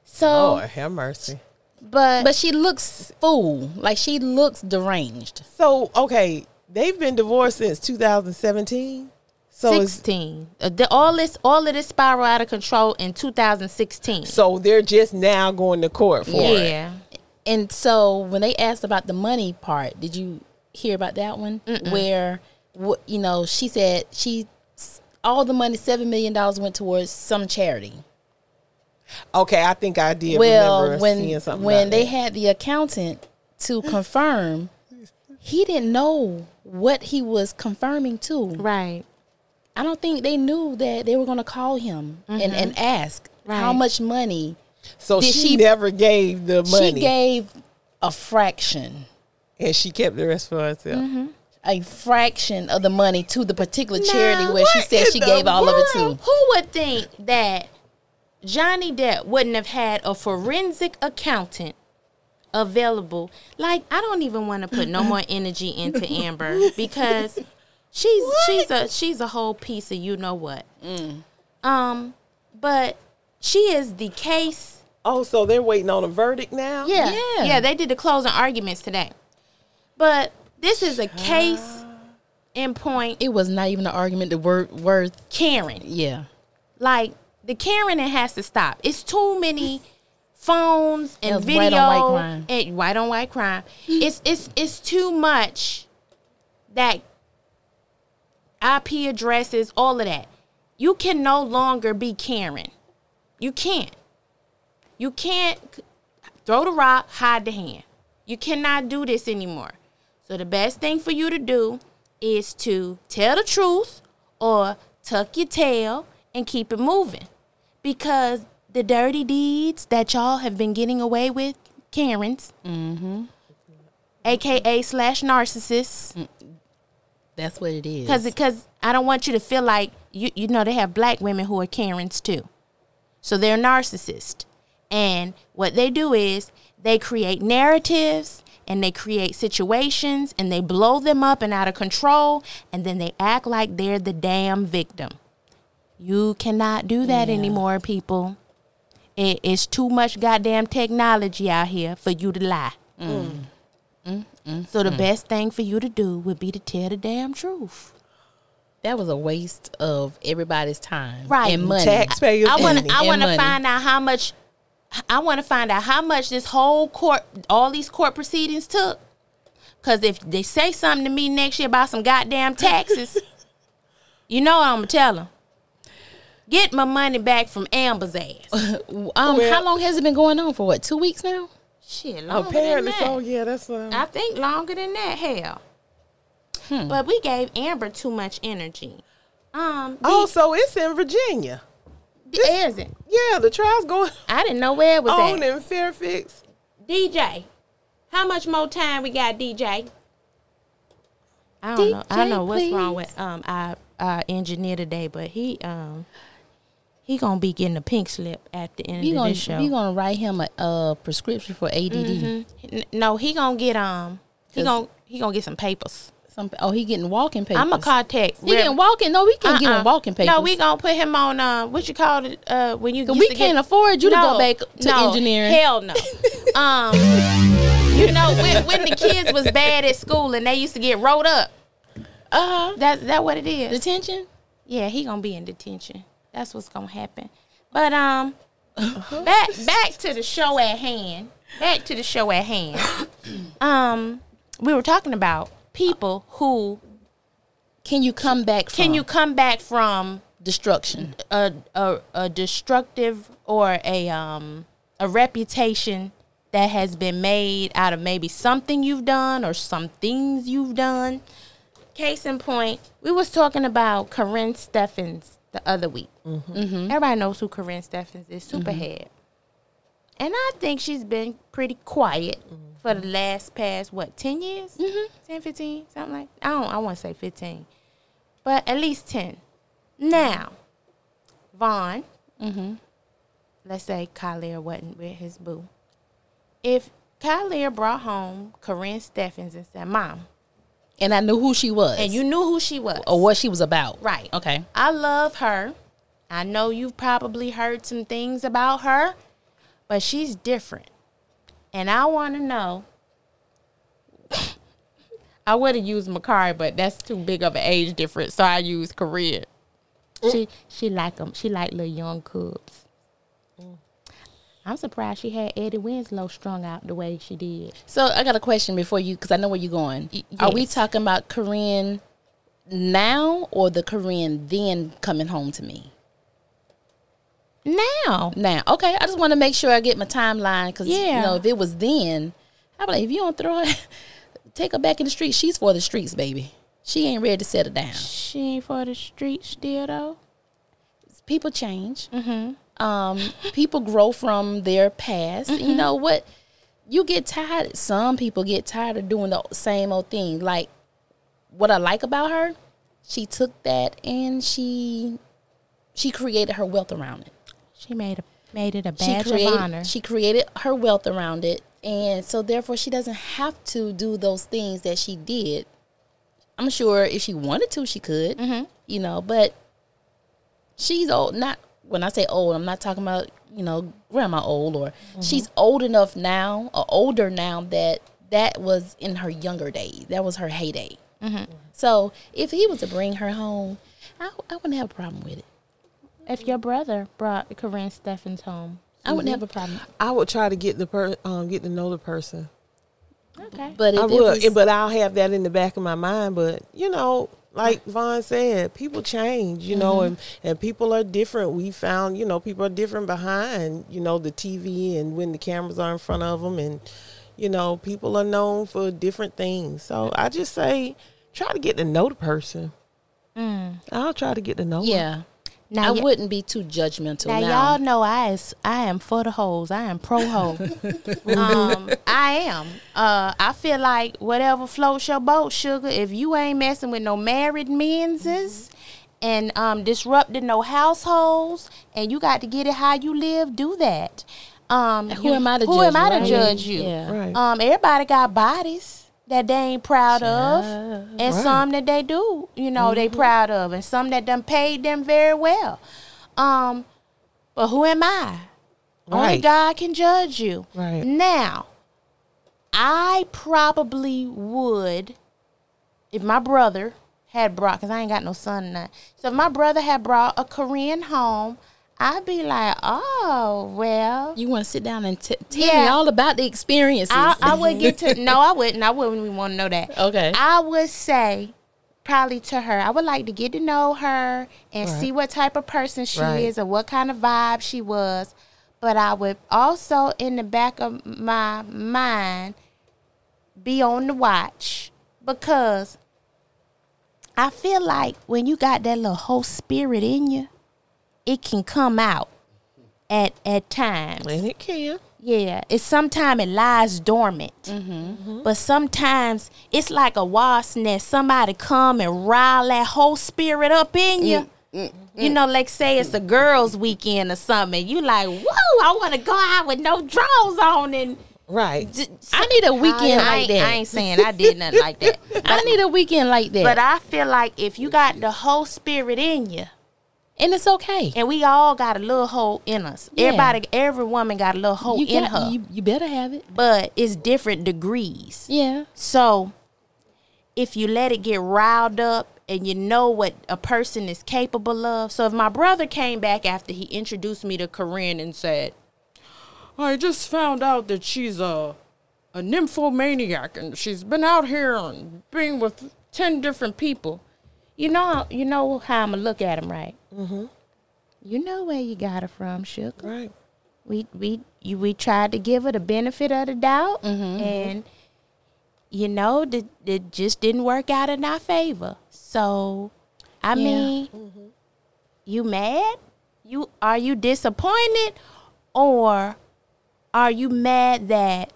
Speaker 2: So,
Speaker 5: Lord have mercy.
Speaker 2: but
Speaker 1: but she looks fool. Like she looks deranged.
Speaker 5: So okay, they've been divorced since 2017. So it's,
Speaker 2: 16. Uh, the- all this, all of this spiral out of control in 2016.
Speaker 5: so they're just now going to court for it.
Speaker 2: yeah,
Speaker 1: And so when they asked about the money part, did you hear about that one? Where wh- you know she said she s- all the money seven million dollars went towards some charity.
Speaker 5: Okay, I think I did.
Speaker 1: well,
Speaker 5: remember
Speaker 1: when
Speaker 5: seeing something
Speaker 1: when
Speaker 5: about
Speaker 1: they
Speaker 5: that.
Speaker 1: had the accountant to confirm, he didn't know what he was confirming to.
Speaker 2: right.
Speaker 1: I don't think they knew that they were going to call him and, and ask how
Speaker 2: Mm-hmm. Right.
Speaker 1: much money.
Speaker 5: so she,
Speaker 1: did she-
Speaker 5: never gave the money,
Speaker 1: She gave a fraction,
Speaker 5: and she kept the rest for herself.
Speaker 2: Mm-hmm.
Speaker 1: a fraction of the money to the particular charity
Speaker 2: Now,
Speaker 1: where she
Speaker 2: what
Speaker 1: said
Speaker 5: in
Speaker 1: she
Speaker 5: the
Speaker 1: gave all of it to.
Speaker 2: Who would think that Johnny Depp wouldn't have had a forensic accountant available? Like, I don't even want to put no more energy into Amber because she's she's a she's a whole piece of you know what. Um, but she is the case
Speaker 5: Oh, so they're waiting on a verdict now.
Speaker 2: Yeah.
Speaker 1: Yeah.
Speaker 2: yeah. they did the closing arguments today. But this is a case in point
Speaker 1: It was not even an argument. The word worth,
Speaker 2: Karen.
Speaker 1: yeah.
Speaker 2: Like the Karen it has to stop. It's too many phones and
Speaker 1: That's
Speaker 2: video
Speaker 1: white on white crime.
Speaker 2: and white on white crime. it's it's it's too much that IP addresses, all of that. You can no longer be Karen. You can't. You can't c- throw the rock, hide the hand. You cannot do this anymore. So the best thing for you to do is to tell the truth or tuck your tail and keep it moving because the dirty deeds that y'all have been getting away with, Karens, mm-hmm. aka slash narcissists,
Speaker 1: That's what it is.
Speaker 2: because because I don't want you to feel like you you know they have black women who are Karens too, so they're narcissists, and what they do is they create narratives and they create situations and they blow them up and out of control, and then they act like they're the damn victim. You cannot do that anymore, people. It is too much goddamn technology out here for you to lie. Mm. So the best thing for you to do would be to tell the damn truth.
Speaker 1: that was a waste of everybody's time,
Speaker 2: Right.
Speaker 1: And money.
Speaker 5: Taxpayers.
Speaker 2: I want
Speaker 5: money.
Speaker 2: to. I
Speaker 1: And
Speaker 2: want to
Speaker 1: money.
Speaker 2: find out how much. I want to find out how much this whole court, all these court proceedings took. Cause if they say something to me next year about some goddamn taxes, you know what I'm gonna tell them. Get my money back from Amber's ass.
Speaker 1: Um,
Speaker 5: Well-
Speaker 1: how long has it been going on for? What two weeks now?
Speaker 2: Shit, longer
Speaker 5: Apparently,
Speaker 2: than that.
Speaker 5: so yeah, that's uh,
Speaker 2: I think longer than that. Hell,
Speaker 5: Hmm.
Speaker 2: but we gave Amber too much energy. Um,
Speaker 5: Oh, so it's in Virginia.
Speaker 2: is it?
Speaker 5: Yeah, the trial's going
Speaker 2: I didn't know where it was at.
Speaker 5: on in Fairfax.
Speaker 2: DJ, how much more time we got, DJ? I don't know. I don't know what's wrong with um our, our engineer today, but he um he gonna be getting a pink slip at the end
Speaker 1: You
Speaker 2: of
Speaker 1: gonna
Speaker 2: this show.
Speaker 1: you gonna write him a, a prescription for ADD?
Speaker 2: Mm-hmm. N- no, he gonna get um he
Speaker 1: 'Cause-
Speaker 2: gonna he gonna get some papers.
Speaker 1: Some, oh, he getting walking papers.
Speaker 2: I'm gonna contact. Uh-uh.
Speaker 1: He getting walking. No, we can't give him walking papers.
Speaker 2: No, we gonna put him on um what you call it uh when you
Speaker 1: We
Speaker 2: used to
Speaker 1: can't
Speaker 2: get-
Speaker 1: afford you to go back to engineering.
Speaker 2: Hell no. Um, you know when, when the kids was bad at school and they used to get rolled up.
Speaker 1: uh huh.
Speaker 2: That's that what it is.
Speaker 1: Detention.
Speaker 2: Yeah, he gonna be in detention. That's what's gonna happen. But um, back back to the show at hand. Back to the show at hand. Um, we were talking about people who
Speaker 1: Can you come back? From
Speaker 2: can you come back from
Speaker 1: destruction?
Speaker 2: a a, a destructive or a um a reputation that has been made out of maybe something you've done or some things you've done. Case in point, we was talking about Corinne Steffens the other week. Everybody knows who Corinne Steffens is, Superhead. And I think she's been pretty quiet for the last past what 10 years? Mm-hmm. 10, 15, something like. I don't I want to say 15. But at least 10. Now, Vaughn, let's say Kyler wasn't with his boo. If Kyler brought home Corinne Steffens and said, Mom,
Speaker 1: And I knew who she was
Speaker 2: and you knew who she was.
Speaker 1: or what she was about.
Speaker 2: Right.
Speaker 1: Okay.
Speaker 2: I love her. I know you've probably heard some things about her, but she's different. And I want to know. I would have used Makari, but that's too big of an age difference, so I use Korea. She she like them. She like little young cubs. I'm surprised she had Eddie Winslow strung out the way she did.
Speaker 1: So I got a question before you because I know where you're going.
Speaker 2: Y-
Speaker 1: Are we
Speaker 2: yes.
Speaker 1: talking about Corinne now or the Corinne then coming home to me?
Speaker 2: Now,
Speaker 1: Oh. Now, okay, I just want to make sure I get my timeline because
Speaker 2: Yeah.
Speaker 1: you know if it was then, I'm like, if you don't throw her, take her back in the streets. She's for the streets, baby. She ain't ready to settle down.
Speaker 2: she ain't for the streets still though.
Speaker 1: People change. Um, people grow from their past. You know what? You get tired. Some people get tired of doing the same old thing. Like what I like about her, she took that and she she created her wealth around it.
Speaker 2: She made a made it a
Speaker 1: she
Speaker 2: badge
Speaker 1: created
Speaker 2: of honor.
Speaker 1: she created her wealth around it and so therefore she doesn't have to do those things that she did i'm sure if she wanted to she could
Speaker 2: Mm-hmm.
Speaker 1: you know but she's old not when i say old i'm not talking about you know grandma old or
Speaker 2: Mm-hmm.
Speaker 1: she's old enough now or older now that that was in her younger days that was her heyday
Speaker 2: Mm-hmm.
Speaker 1: so if he was to bring her home I, I wouldn't have a problem with it
Speaker 2: If your brother brought Corinne Steffens home,
Speaker 1: i wouldn't
Speaker 2: Mm-hmm.
Speaker 1: have a problem
Speaker 5: I would try to get the per, um, get to know the person.
Speaker 2: okay,
Speaker 1: but if
Speaker 5: I
Speaker 1: it
Speaker 5: would,
Speaker 1: was-
Speaker 5: and- but I'll have that in the back of my mind. But you know, like Vaughn said, people change. You know,
Speaker 1: Mm-hmm.
Speaker 5: and and people are different. We found, you know, people are different behind, you know, the TV and when the cameras are in front of them, and you know, people are known for different things. So I just say, try to get to know the person. I'll try to get to know. 'em.
Speaker 1: Mm. yeah I
Speaker 2: Now, y-
Speaker 1: wouldn't be too judgmental
Speaker 2: now
Speaker 1: now.
Speaker 2: y'all know I is, I am for the hoes. I am pro hoe. um, I am. Uh, I feel like whatever floats your boat, sugar. If you ain't messing with no married men's and um, disrupting no households, and you got to get it how you live, do that. Um,
Speaker 1: Who
Speaker 2: you-
Speaker 1: am I to
Speaker 2: who
Speaker 1: judge?
Speaker 2: am I to
Speaker 1: right?
Speaker 2: judge you?
Speaker 1: Yeah.
Speaker 5: Right.
Speaker 2: Um, everybody got bodies that they ain't proud of, and
Speaker 5: Right. Mm-hmm.
Speaker 2: some that they do, you know, they proud of, and some that done paid them very well. Um, but who am I? Only
Speaker 5: Right.
Speaker 2: God can judge you.
Speaker 5: Right.
Speaker 2: Now, I probably would if my brother had brought, because I ain't got no son and that. So if my brother had brought a Korean home, I'd be like, oh, well.
Speaker 1: You want to sit down and t- tell me
Speaker 2: Yeah.
Speaker 1: all about the experiences.
Speaker 2: I, I would get to no, I wouldn't. I wouldn't even want to know that.
Speaker 1: Okay.
Speaker 2: I would say probably to her, I would like to get to know her and see what type of person she
Speaker 5: Right.
Speaker 2: is and what kind of vibe she was. But I would also in the back of my mind be on the watch because I feel like when you got that little whole spirit in you, it can come out at at times.
Speaker 5: And it can.
Speaker 2: Yeah, it's sometimes it lies dormant, but sometimes it's like a wasp nest. Somebody come and rile that whole spirit up in you. You know, like say it's a girls' weekend or something. You like, whoa, I want to go out with no drawers on and
Speaker 5: Right.
Speaker 1: I need a weekend
Speaker 2: I,
Speaker 1: like
Speaker 2: ain't-
Speaker 1: that.
Speaker 2: I ain't saying I did nothing like that,
Speaker 1: I need a weekend like that.
Speaker 2: but I feel like if you got the whole spirit in you,
Speaker 1: and it's okay.
Speaker 2: and we all got a little hole in us.
Speaker 1: Yeah.
Speaker 2: Everybody, every woman got a little hole
Speaker 1: you,
Speaker 2: in
Speaker 1: got-
Speaker 2: her,
Speaker 1: you, you better have it.
Speaker 2: but it's different degrees.
Speaker 1: Yeah.
Speaker 2: So if you let it get riled up and you know what a person is capable of. So if my brother came back after he introduced me to Corinne and said, I just found out that she's a a nymphomaniac and she's been out here and being with ten different people. You know you know how I'ma look at him, right? Mm-hmm. You know where you got her from, Shook
Speaker 5: Right.
Speaker 2: we we you, we tried to give her the benefit of the doubt,
Speaker 1: Mm-hmm.
Speaker 2: and you know, it, it just didn't work out in our favor. So,
Speaker 1: Yeah.
Speaker 2: I mean, you mad? You are you disappointed, or are you mad that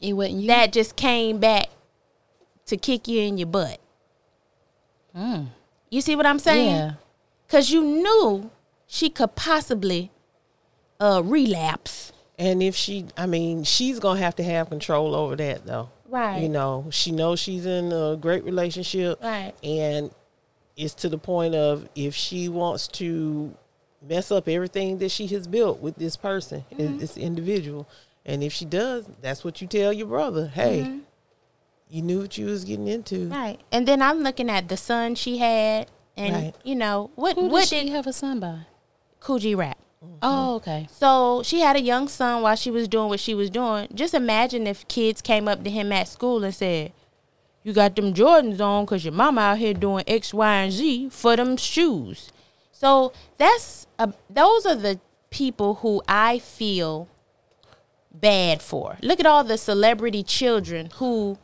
Speaker 1: It wasn't you.
Speaker 2: that just came back to kick you in your butt? You see what I'm saying?
Speaker 1: Mm. yeah.
Speaker 2: Cause you knew she could possibly uh, relapse.
Speaker 5: And if she, I mean, she's gonna have to have control over that, though.
Speaker 2: Right.
Speaker 5: You know, she knows she's in a great relationship.
Speaker 2: Right.
Speaker 5: And it's to the point of if she wants to mess up everything that she has built with this person, i-
Speaker 2: Mm-hmm.
Speaker 5: this individual, and if she does, that's what you tell your brother. Hey, you knew what you was getting into.
Speaker 2: Mm-hmm. Right. And then I'm looking at the son she had and
Speaker 5: Right.
Speaker 2: you know, what
Speaker 1: Who
Speaker 2: what
Speaker 1: did
Speaker 2: did, Mm-hmm.
Speaker 1: she have a son by?
Speaker 2: Coogee rap?
Speaker 1: Oh, okay.
Speaker 2: So she had a young son while she was doing what she was doing. Just imagine if kids came up to him at school and said, You got them Jordans on because your mama out here doing X, Y, and Z for them shoes. So that's a, those are the people who I feel bad for. Look at all the celebrity children who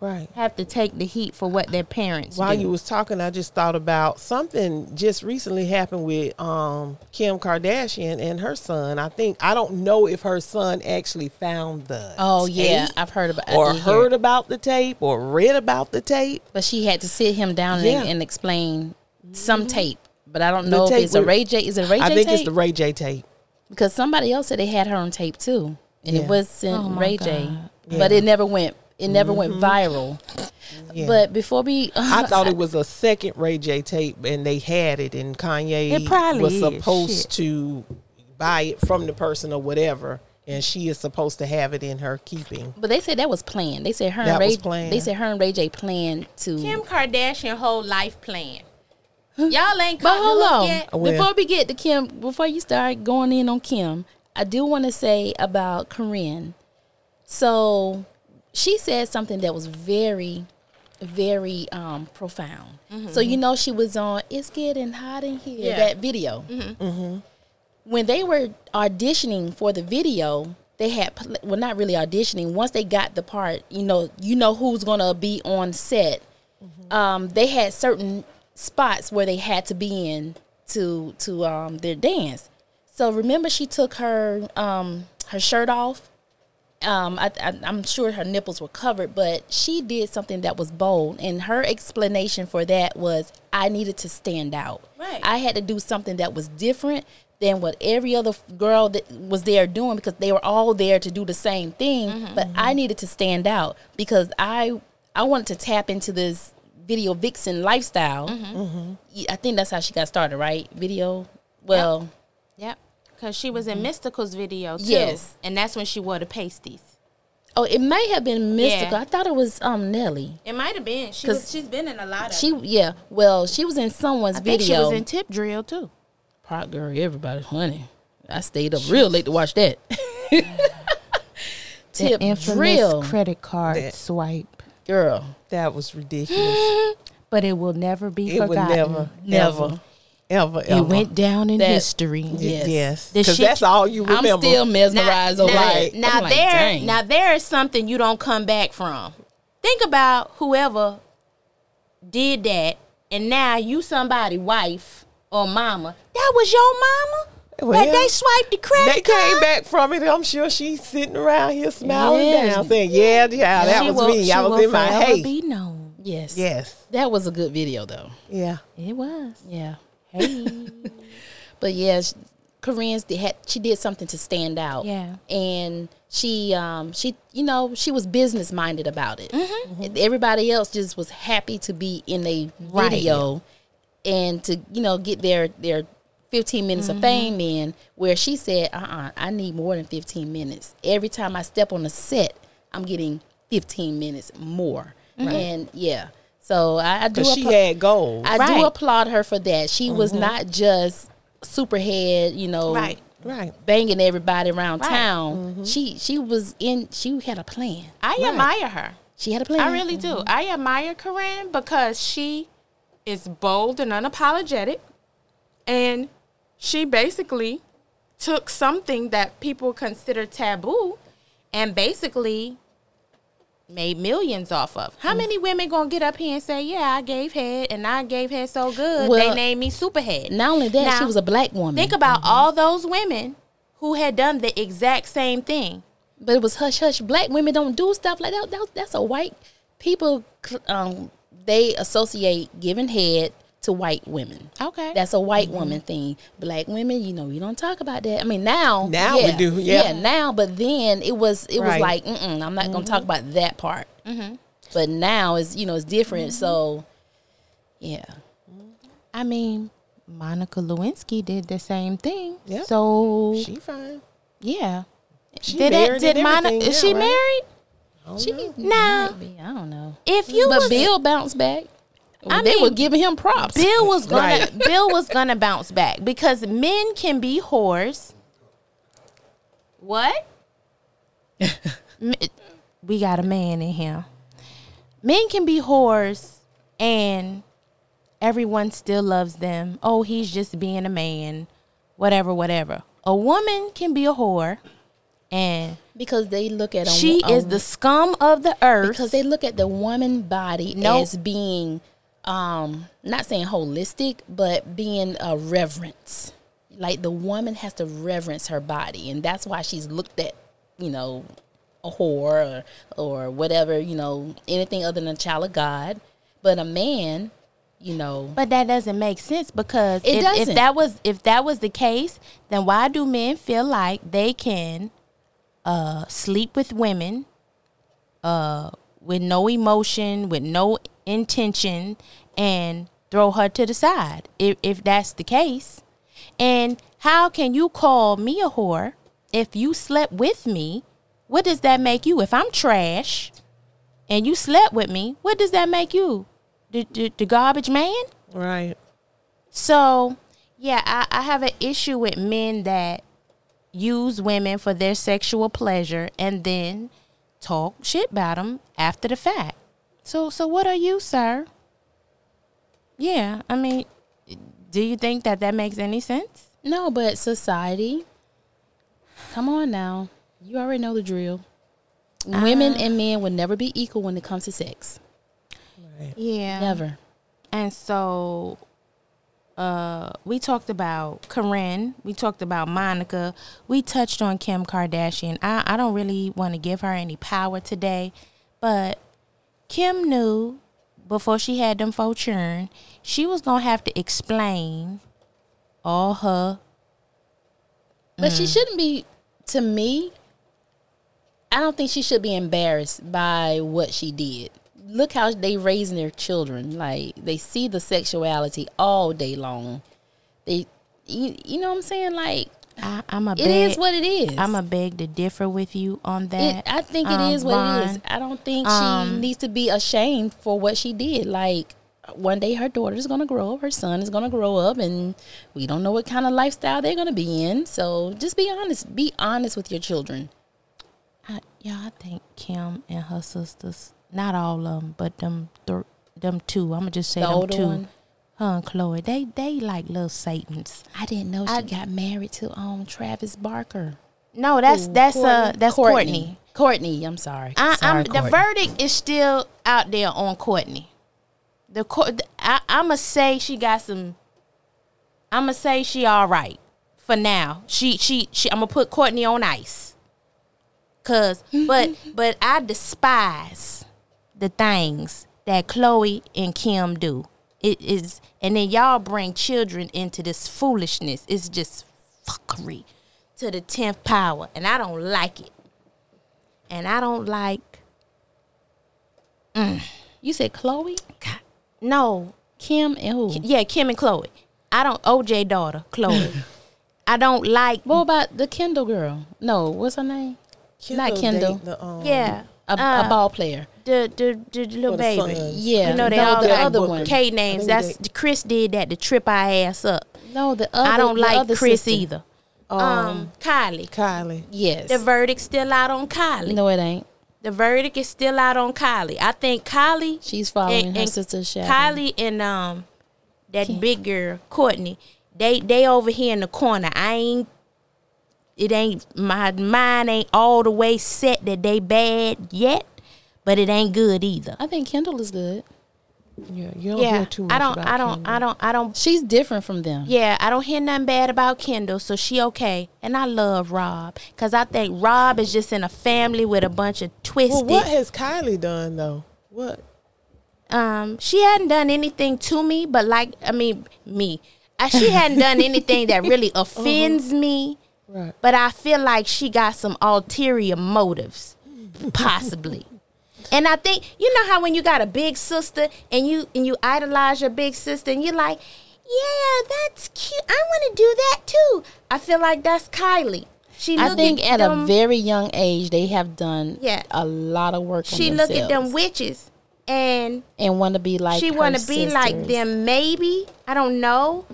Speaker 5: Right.
Speaker 2: have to take the heat for what their parents
Speaker 5: While
Speaker 2: do.
Speaker 5: you was talking, I just thought about something just recently happened with um, Kim Kardashian and her son. I think I don't know if her son actually found the
Speaker 1: Oh, yeah.
Speaker 5: tape
Speaker 1: I've heard about I
Speaker 5: or
Speaker 1: did hear
Speaker 5: heard about the tape or read about the tape.
Speaker 1: But she had to sit him down
Speaker 5: Yeah.
Speaker 1: and, and explain
Speaker 2: Mm-hmm.
Speaker 1: some tape. But I don't
Speaker 5: The
Speaker 1: know if
Speaker 5: tape
Speaker 1: it's a
Speaker 5: with-
Speaker 1: Ray J. Is it a Ray J?
Speaker 5: I think
Speaker 1: tape?
Speaker 5: it's the Ray J tape.
Speaker 1: because somebody else said they had her on tape too, and
Speaker 5: Yeah.
Speaker 1: it wasn't
Speaker 2: Oh, my
Speaker 1: Ray J. But it never went. It never went viral.
Speaker 5: Mm-hmm. Yeah.
Speaker 1: But before we,
Speaker 5: I thought it was a second Ray J tape, and they had it, and Kanye
Speaker 2: It probably
Speaker 5: was
Speaker 2: is,
Speaker 5: supposed
Speaker 2: shit.
Speaker 5: to buy it from the person or whatever, and she is supposed to have it in her keeping.
Speaker 1: but they said that was planned. They said her
Speaker 5: That
Speaker 1: and Ray.
Speaker 5: was planned.
Speaker 1: They said her and Ray J planned to.
Speaker 2: Kim Kardashian whole life plan. Y'all ain't
Speaker 1: But
Speaker 2: caught the
Speaker 1: hold
Speaker 2: hook
Speaker 1: on.
Speaker 2: yet.
Speaker 5: I will.
Speaker 1: Before we get to Kim, before you start going in on Kim, I do want to say about Corinne. So she said something that was very, very um, profound. So you know she was on "It's Getting Hot in Here"
Speaker 2: Mm-hmm. Yeah. Mm-hmm.
Speaker 1: that video.
Speaker 5: Mm-hmm.
Speaker 1: When they were auditioning for the video, they had pl- well, not really auditioning. Once they got the part, you know, you know who's gonna be on set um, they had certain spots where they had to be in to to um their dance. So remember, she took her um her shirt off. Um, I, I, I'm sure her nipples were covered, but she did something that was bold, and her explanation for that was, "I needed to stand out.
Speaker 2: Right.
Speaker 1: I had to do something that was different than what every other f- girl that was there doing because they were all there to do the same thing.
Speaker 2: Mm-hmm.
Speaker 1: But I needed to stand out because I I wanted to tap into this video vixen lifestyle.
Speaker 2: Mm-hmm.
Speaker 1: Y- I think that's how she got started, right? Video. Well,
Speaker 2: Yep. Because she was in Mystical's video too.
Speaker 1: Yes.
Speaker 2: And that's when she wore the pasties.
Speaker 1: oh, it may have been mystical.
Speaker 2: Yeah.
Speaker 1: I thought it was um Nelly.
Speaker 2: It might have been. She
Speaker 1: 'Cause
Speaker 2: was, she's been in a lot of.
Speaker 1: She yeah. Well, she was in someone's
Speaker 2: I think
Speaker 1: video.
Speaker 2: she was in Tip Drill too.
Speaker 1: Hot girl, everybody, honey. I stayed up real late to watch that. Tip drill,
Speaker 2: credit card
Speaker 5: That-
Speaker 2: swipe,
Speaker 1: girl.
Speaker 5: That was ridiculous.
Speaker 2: but it will never be
Speaker 5: it would never,
Speaker 1: Never.
Speaker 5: ever, ever, ever.
Speaker 2: down in
Speaker 1: That-
Speaker 5: Yes,
Speaker 1: Yes.
Speaker 2: The
Speaker 5: because
Speaker 2: shit-
Speaker 5: that's all you remember.
Speaker 1: I'm still mesmerized
Speaker 2: now,
Speaker 1: over
Speaker 2: now-
Speaker 1: it.
Speaker 2: now
Speaker 1: I'm like,
Speaker 2: there,
Speaker 1: dang.
Speaker 2: now there is something you don't come back from. Think about whoever did that, and now you somebody wife or mama. That was your mama.
Speaker 5: Well,
Speaker 2: that they swiped the
Speaker 5: they
Speaker 2: credit
Speaker 5: came
Speaker 2: card.
Speaker 5: back from it. I'm sure she's sitting around here smiling
Speaker 1: Yes.
Speaker 5: down, saying, "Yeah, yeah, that
Speaker 2: She
Speaker 5: was
Speaker 2: will-
Speaker 5: me. I
Speaker 2: she
Speaker 5: was
Speaker 2: will
Speaker 5: in my
Speaker 2: forever
Speaker 5: hey."
Speaker 2: Be known.
Speaker 1: yes,
Speaker 5: yes,
Speaker 1: that was a good video though.
Speaker 5: yeah.
Speaker 2: It was.
Speaker 1: Yeah. but yeah, sh Corinne's did, had she did something to stand out.
Speaker 2: Yeah.
Speaker 1: And she um she you know, she was business minded about it.
Speaker 2: Mm-hmm.
Speaker 1: And Everybody else just was happy to be in a
Speaker 2: Right.
Speaker 1: video and to, you know, get their their 15 minutes
Speaker 2: Mm-hmm.
Speaker 1: of fame in where she said, "Uh-uh, I need more than 15 minutes. Every time I step on the set, I'm getting 15 minutes more." And yeah. So I, I do
Speaker 5: But she
Speaker 1: appro-
Speaker 5: had goals.
Speaker 1: I
Speaker 2: Right. Mm-hmm.
Speaker 1: do applaud her for that. She was not just superhead, you know,
Speaker 2: Right.
Speaker 5: right.
Speaker 1: banging everybody around
Speaker 2: Right. Mm-hmm.
Speaker 1: town. She she was in. She had a plan.
Speaker 2: I admire her.
Speaker 1: She had a plan.
Speaker 2: I really do. I admire Corinne because she is bold and unapologetic. And she basically took something that people consider taboo and basically made millions off of. How many women gonna get up here and say, Yeah, I gave head and I gave head so good
Speaker 1: Well,
Speaker 2: they named me superhead.
Speaker 1: Not only that, she
Speaker 2: Now,
Speaker 1: was a black woman.
Speaker 5: Mm-hmm.
Speaker 2: Think about all those women who had done the exact same thing.
Speaker 1: but it was hush hush. Black women don't do stuff like that. that that's a white people. cl- Um, they associate giving head to white women.
Speaker 2: Okay. Mm-hmm.
Speaker 1: That's a white woman thing. Black women, you know, you don't talk about that. I mean, now,
Speaker 5: Now we do, yeah.
Speaker 1: now, but then it was, it
Speaker 5: Right.
Speaker 1: was like, mm-mm, I'm not gonna talk
Speaker 2: Mm-hmm.
Speaker 1: about that part. But now it's, you know, it's different.
Speaker 2: Mm-hmm.
Speaker 1: So, yeah,
Speaker 2: I mean, Monica Lewinsky did the same thing.
Speaker 5: Yep.
Speaker 2: So
Speaker 5: She fine.
Speaker 2: yeah.
Speaker 5: She
Speaker 2: did
Speaker 5: married
Speaker 2: it, did
Speaker 5: and
Speaker 2: Monica
Speaker 5: everything,
Speaker 2: is
Speaker 5: yeah,
Speaker 2: she
Speaker 5: right?
Speaker 2: married?
Speaker 1: she
Speaker 2: Oh, Nah.
Speaker 1: maybe, I don't know.
Speaker 2: If you
Speaker 1: but
Speaker 2: was,
Speaker 1: Bill bounced back.
Speaker 2: I
Speaker 1: they
Speaker 2: mean,
Speaker 1: were giving him props.
Speaker 2: Bill was gonna
Speaker 5: Right.
Speaker 2: Bill was gonna bounce back because men can be whores. What? M- we got a man in here. Men can be whores and everyone still loves them. Oh, he's just being a man. Whatever, whatever. A woman can be a whore and
Speaker 1: because they look at a-
Speaker 2: she
Speaker 1: a-
Speaker 2: is the scum of the earth.
Speaker 1: because they look at the woman body
Speaker 2: Nope.
Speaker 1: as being um not saying holistic but being a reverence like the woman has to reverence her body and that's why she's looked at you know a whore or or whatever you know anything other than a child of god but a man you know
Speaker 2: But that doesn't make sense because
Speaker 1: It
Speaker 2: if,
Speaker 1: doesn't.
Speaker 2: if that was if that was the case, then why do men feel like they can uh, sleep with women uh, with no emotion, with no intention, and throw her to the side if, if that's the case? And how can you call me a whore if you slept with me? What does that make you? If I'm trash and you slept with me, what does that make you? The, the, the garbage man?
Speaker 5: Right.
Speaker 2: So, yeah, I, I have an issue with men that use women for their sexual pleasure and then talk shit about them after the fact. So, so what are you, sir? Yeah, I mean, do you think that that makes any sense?
Speaker 1: no but society come on now you already know the drill women and men will never be equal when it comes to sex
Speaker 2: Yeah.
Speaker 1: never
Speaker 2: And so uh, we talked about Corinne. We talked about Monica. We touched on Kim Kardashian. I, I don't really want to give her any power today, but Kim knew before she had them four children, she was going to have to explain all her.
Speaker 1: But
Speaker 2: Mm.
Speaker 1: she shouldn't be, to me, I don't think she should be embarrassed by what she did. Look how they raising their children. Like they see the sexuality all day long. They, you, you know what I'm saying? Like
Speaker 2: I, I'm a
Speaker 1: it is what it is.
Speaker 2: I'm a beg to differ with you on that.
Speaker 1: It, I think
Speaker 2: um,
Speaker 1: it is what it is.
Speaker 2: Ron.
Speaker 1: I don't think she
Speaker 2: Um,
Speaker 1: needs to be ashamed for what she did. Like one day her daughter's gonna grow up, her son is gonna grow up, and we don't know what kind of lifestyle they're gonna be in. So just be honest. Be honest with your children.
Speaker 2: I, yeah, I think Kim and her sisters, not all of them, but them th- them two. I'm gonna just say
Speaker 1: The
Speaker 2: them
Speaker 1: older
Speaker 2: two.
Speaker 1: one?
Speaker 2: Her and Chloe, they they like little Satan's.
Speaker 1: I didn't know she got married to um Travis Barker.
Speaker 2: No, that's that's uh that's Courtney.
Speaker 1: Courtney. Courtney, I'm sorry.
Speaker 2: I,
Speaker 1: Sorry,
Speaker 2: I'm, the
Speaker 1: Courtney.
Speaker 2: verdict is still out there on Courtney. The court, I, I'm gonna say she got some. I'm gonna say she all right for now. She she she. I'm gonna put Courtney on ice. Cause, but but I despise the things that Chloe and Kim do. It is, and then y'all bring children into this foolishness. It's just fuckery to the tenth power, and I don't like it. And I don't like
Speaker 1: you said Chloe,
Speaker 2: God, no.
Speaker 1: Kim, and who?
Speaker 2: Yeah, Kim and Chloe. I don't OJ daughter, Chloe. I don't like
Speaker 1: What about the Kendall girl? No, what's her name? Not Kendall.
Speaker 5: date The, um,
Speaker 2: yeah.
Speaker 1: A,
Speaker 2: uh,
Speaker 1: a ball player.
Speaker 2: the, the the little
Speaker 5: For the
Speaker 2: baby.
Speaker 5: sons.
Speaker 1: Yeah,
Speaker 2: You know they
Speaker 1: no,
Speaker 2: all
Speaker 1: the
Speaker 2: got
Speaker 1: other one.
Speaker 2: K
Speaker 5: I
Speaker 2: names.
Speaker 5: think
Speaker 2: That's Chris did that to trip our ass up.
Speaker 1: No, the other.
Speaker 2: I don't
Speaker 1: the
Speaker 2: like
Speaker 1: other
Speaker 2: Chris
Speaker 1: sister.
Speaker 2: either. Um, Kylie.
Speaker 5: Kylie.
Speaker 1: Yes.
Speaker 2: The verdict's still out on Kylie.
Speaker 1: no, it ain't.
Speaker 2: The verdict is still out on Kylie. I think Kylie
Speaker 1: She's following her sister's shadow.
Speaker 2: Kylie and um that big girl Courtney, they they over here in the corner. I ain't it ain't my mind ain't all the way set that they bad yet, but it ain't good either.
Speaker 1: I think Kendall is good.
Speaker 5: Yeah, you don't
Speaker 2: yeah,
Speaker 5: hear too much
Speaker 2: I don't
Speaker 5: about
Speaker 2: I don't
Speaker 5: Kendall.
Speaker 2: I don't I don't
Speaker 1: She's different from them.
Speaker 2: yeah, I don't hear nothing bad about Kendall, so she okay. And I love Rob because I think Rob is just in a family with a bunch of twisted.
Speaker 5: Well, what has Kylie done though? What?
Speaker 2: um she hadn't done anything to me but like i mean me Uh, she hadn't done anything that really
Speaker 1: Uh-huh.
Speaker 2: offends me
Speaker 5: Right.
Speaker 2: but i feel like she got some ulterior motives possibly and i think you know how when you got a big sister and you and you idolize your big sister and you're like yeah that's cute i want to do that too i feel like that's kylie she
Speaker 1: I
Speaker 2: look
Speaker 1: think at a
Speaker 2: them-
Speaker 1: very young age they have done
Speaker 2: Yeah.
Speaker 1: a lot of work.
Speaker 2: she
Speaker 1: on
Speaker 2: look at them
Speaker 1: themselves
Speaker 2: witches and
Speaker 1: and want to be like
Speaker 2: she
Speaker 1: her
Speaker 2: want to be like
Speaker 1: sisters.
Speaker 2: them maybe i don't know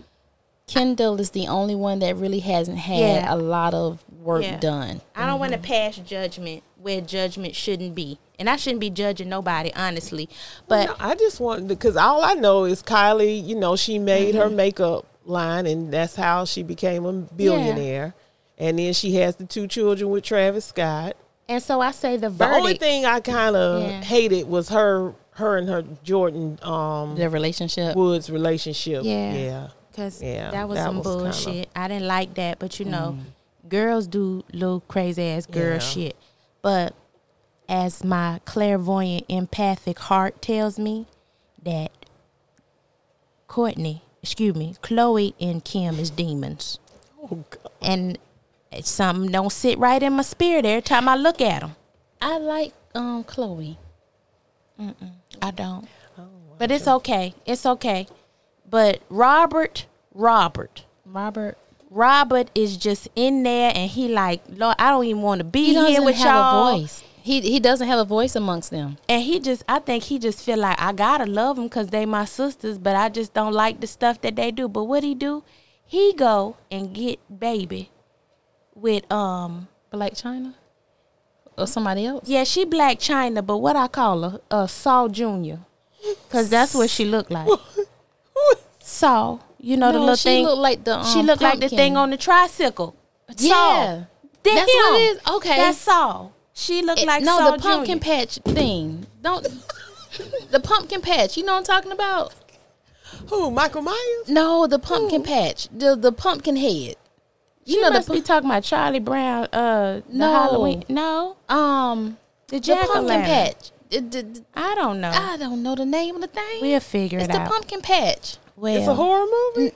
Speaker 1: Kendall is the only one that really hasn't had a
Speaker 2: Yeah.
Speaker 1: lot of work
Speaker 2: Yeah.
Speaker 1: done.
Speaker 2: i don't
Speaker 5: Mm-hmm.
Speaker 2: want to pass judgment where judgment shouldn't be and i shouldn't be judging nobody honestly but
Speaker 5: No, I just want because all I know is Kylie. You know, she made
Speaker 2: Mm-hmm.
Speaker 5: her makeup line, and that's how she became a billionaire. And then she has the two children with Travis Scott.
Speaker 2: and so i say the
Speaker 5: The
Speaker 2: verdict
Speaker 5: only thing I kind of
Speaker 2: Yeah.
Speaker 5: hated was her, her and her Jordan um,
Speaker 1: Their relationship.
Speaker 5: Woods relationship.
Speaker 2: Yeah.
Speaker 5: yeah.
Speaker 2: because
Speaker 5: Yeah,
Speaker 2: that was
Speaker 5: that
Speaker 2: some
Speaker 5: was kinda- Mm.
Speaker 2: bullshit i didn't like that but you know girls do little crazy ass girl
Speaker 5: Yeah.
Speaker 2: shit but as my clairvoyant empathic heart tells me that courtney excuse me chloe and kim is demons
Speaker 5: Oh, God.
Speaker 2: and it's something don't sit right in my spirit every time I look at them.
Speaker 1: I like um Chloe.
Speaker 2: I don't. But it's okay. It's okay. But Robert, Robert,
Speaker 1: Robert
Speaker 2: Robert is just in there, and he like, Lord, I don't even want to be
Speaker 1: he
Speaker 2: here
Speaker 1: doesn't
Speaker 2: with
Speaker 1: have
Speaker 2: y'all.
Speaker 1: a voice. He he doesn't have a voice amongst them.
Speaker 2: And he just, I think he just feel like I gotta love them because they my sisters, but I just don't like the stuff that they do. But what he do? He go and get baby with um
Speaker 1: Black China or somebody else.
Speaker 2: Yeah, she black China, but what I call her, uh, Saul Jr. Cause that's what she looked like. Saul, you know the
Speaker 1: No,
Speaker 2: little
Speaker 1: she
Speaker 2: thing.
Speaker 1: looked like the um,
Speaker 2: she looked like the thing
Speaker 1: pumpkin.
Speaker 2: on the tricycle.
Speaker 1: Yeah.
Speaker 2: Saul. That's
Speaker 1: That's what it is? Okay.
Speaker 2: That's Saul. She looked
Speaker 1: It-
Speaker 2: like
Speaker 1: no
Speaker 2: Saul
Speaker 1: the pumpkin
Speaker 2: Jr.
Speaker 1: patch thing. Don't the pumpkin patch. You know what I'm talking about?
Speaker 5: Who? Michael Myers?
Speaker 1: No, the pumpkin patch, the the pumpkin head. You know
Speaker 2: must
Speaker 1: the
Speaker 2: be talking about Charlie Brown. Uh, the
Speaker 1: No.
Speaker 2: Halloween. No,
Speaker 1: pu- um
Speaker 2: the
Speaker 1: the pumpkin
Speaker 2: jack-o'-lantern.
Speaker 1: patch. It- it- it-
Speaker 2: I don't know.
Speaker 1: I don't know the name of the thing.
Speaker 2: Oh. we'll figure
Speaker 1: it's
Speaker 2: it
Speaker 1: the
Speaker 2: out.
Speaker 1: pumpkin patch.
Speaker 2: well,
Speaker 5: It's a horror movie?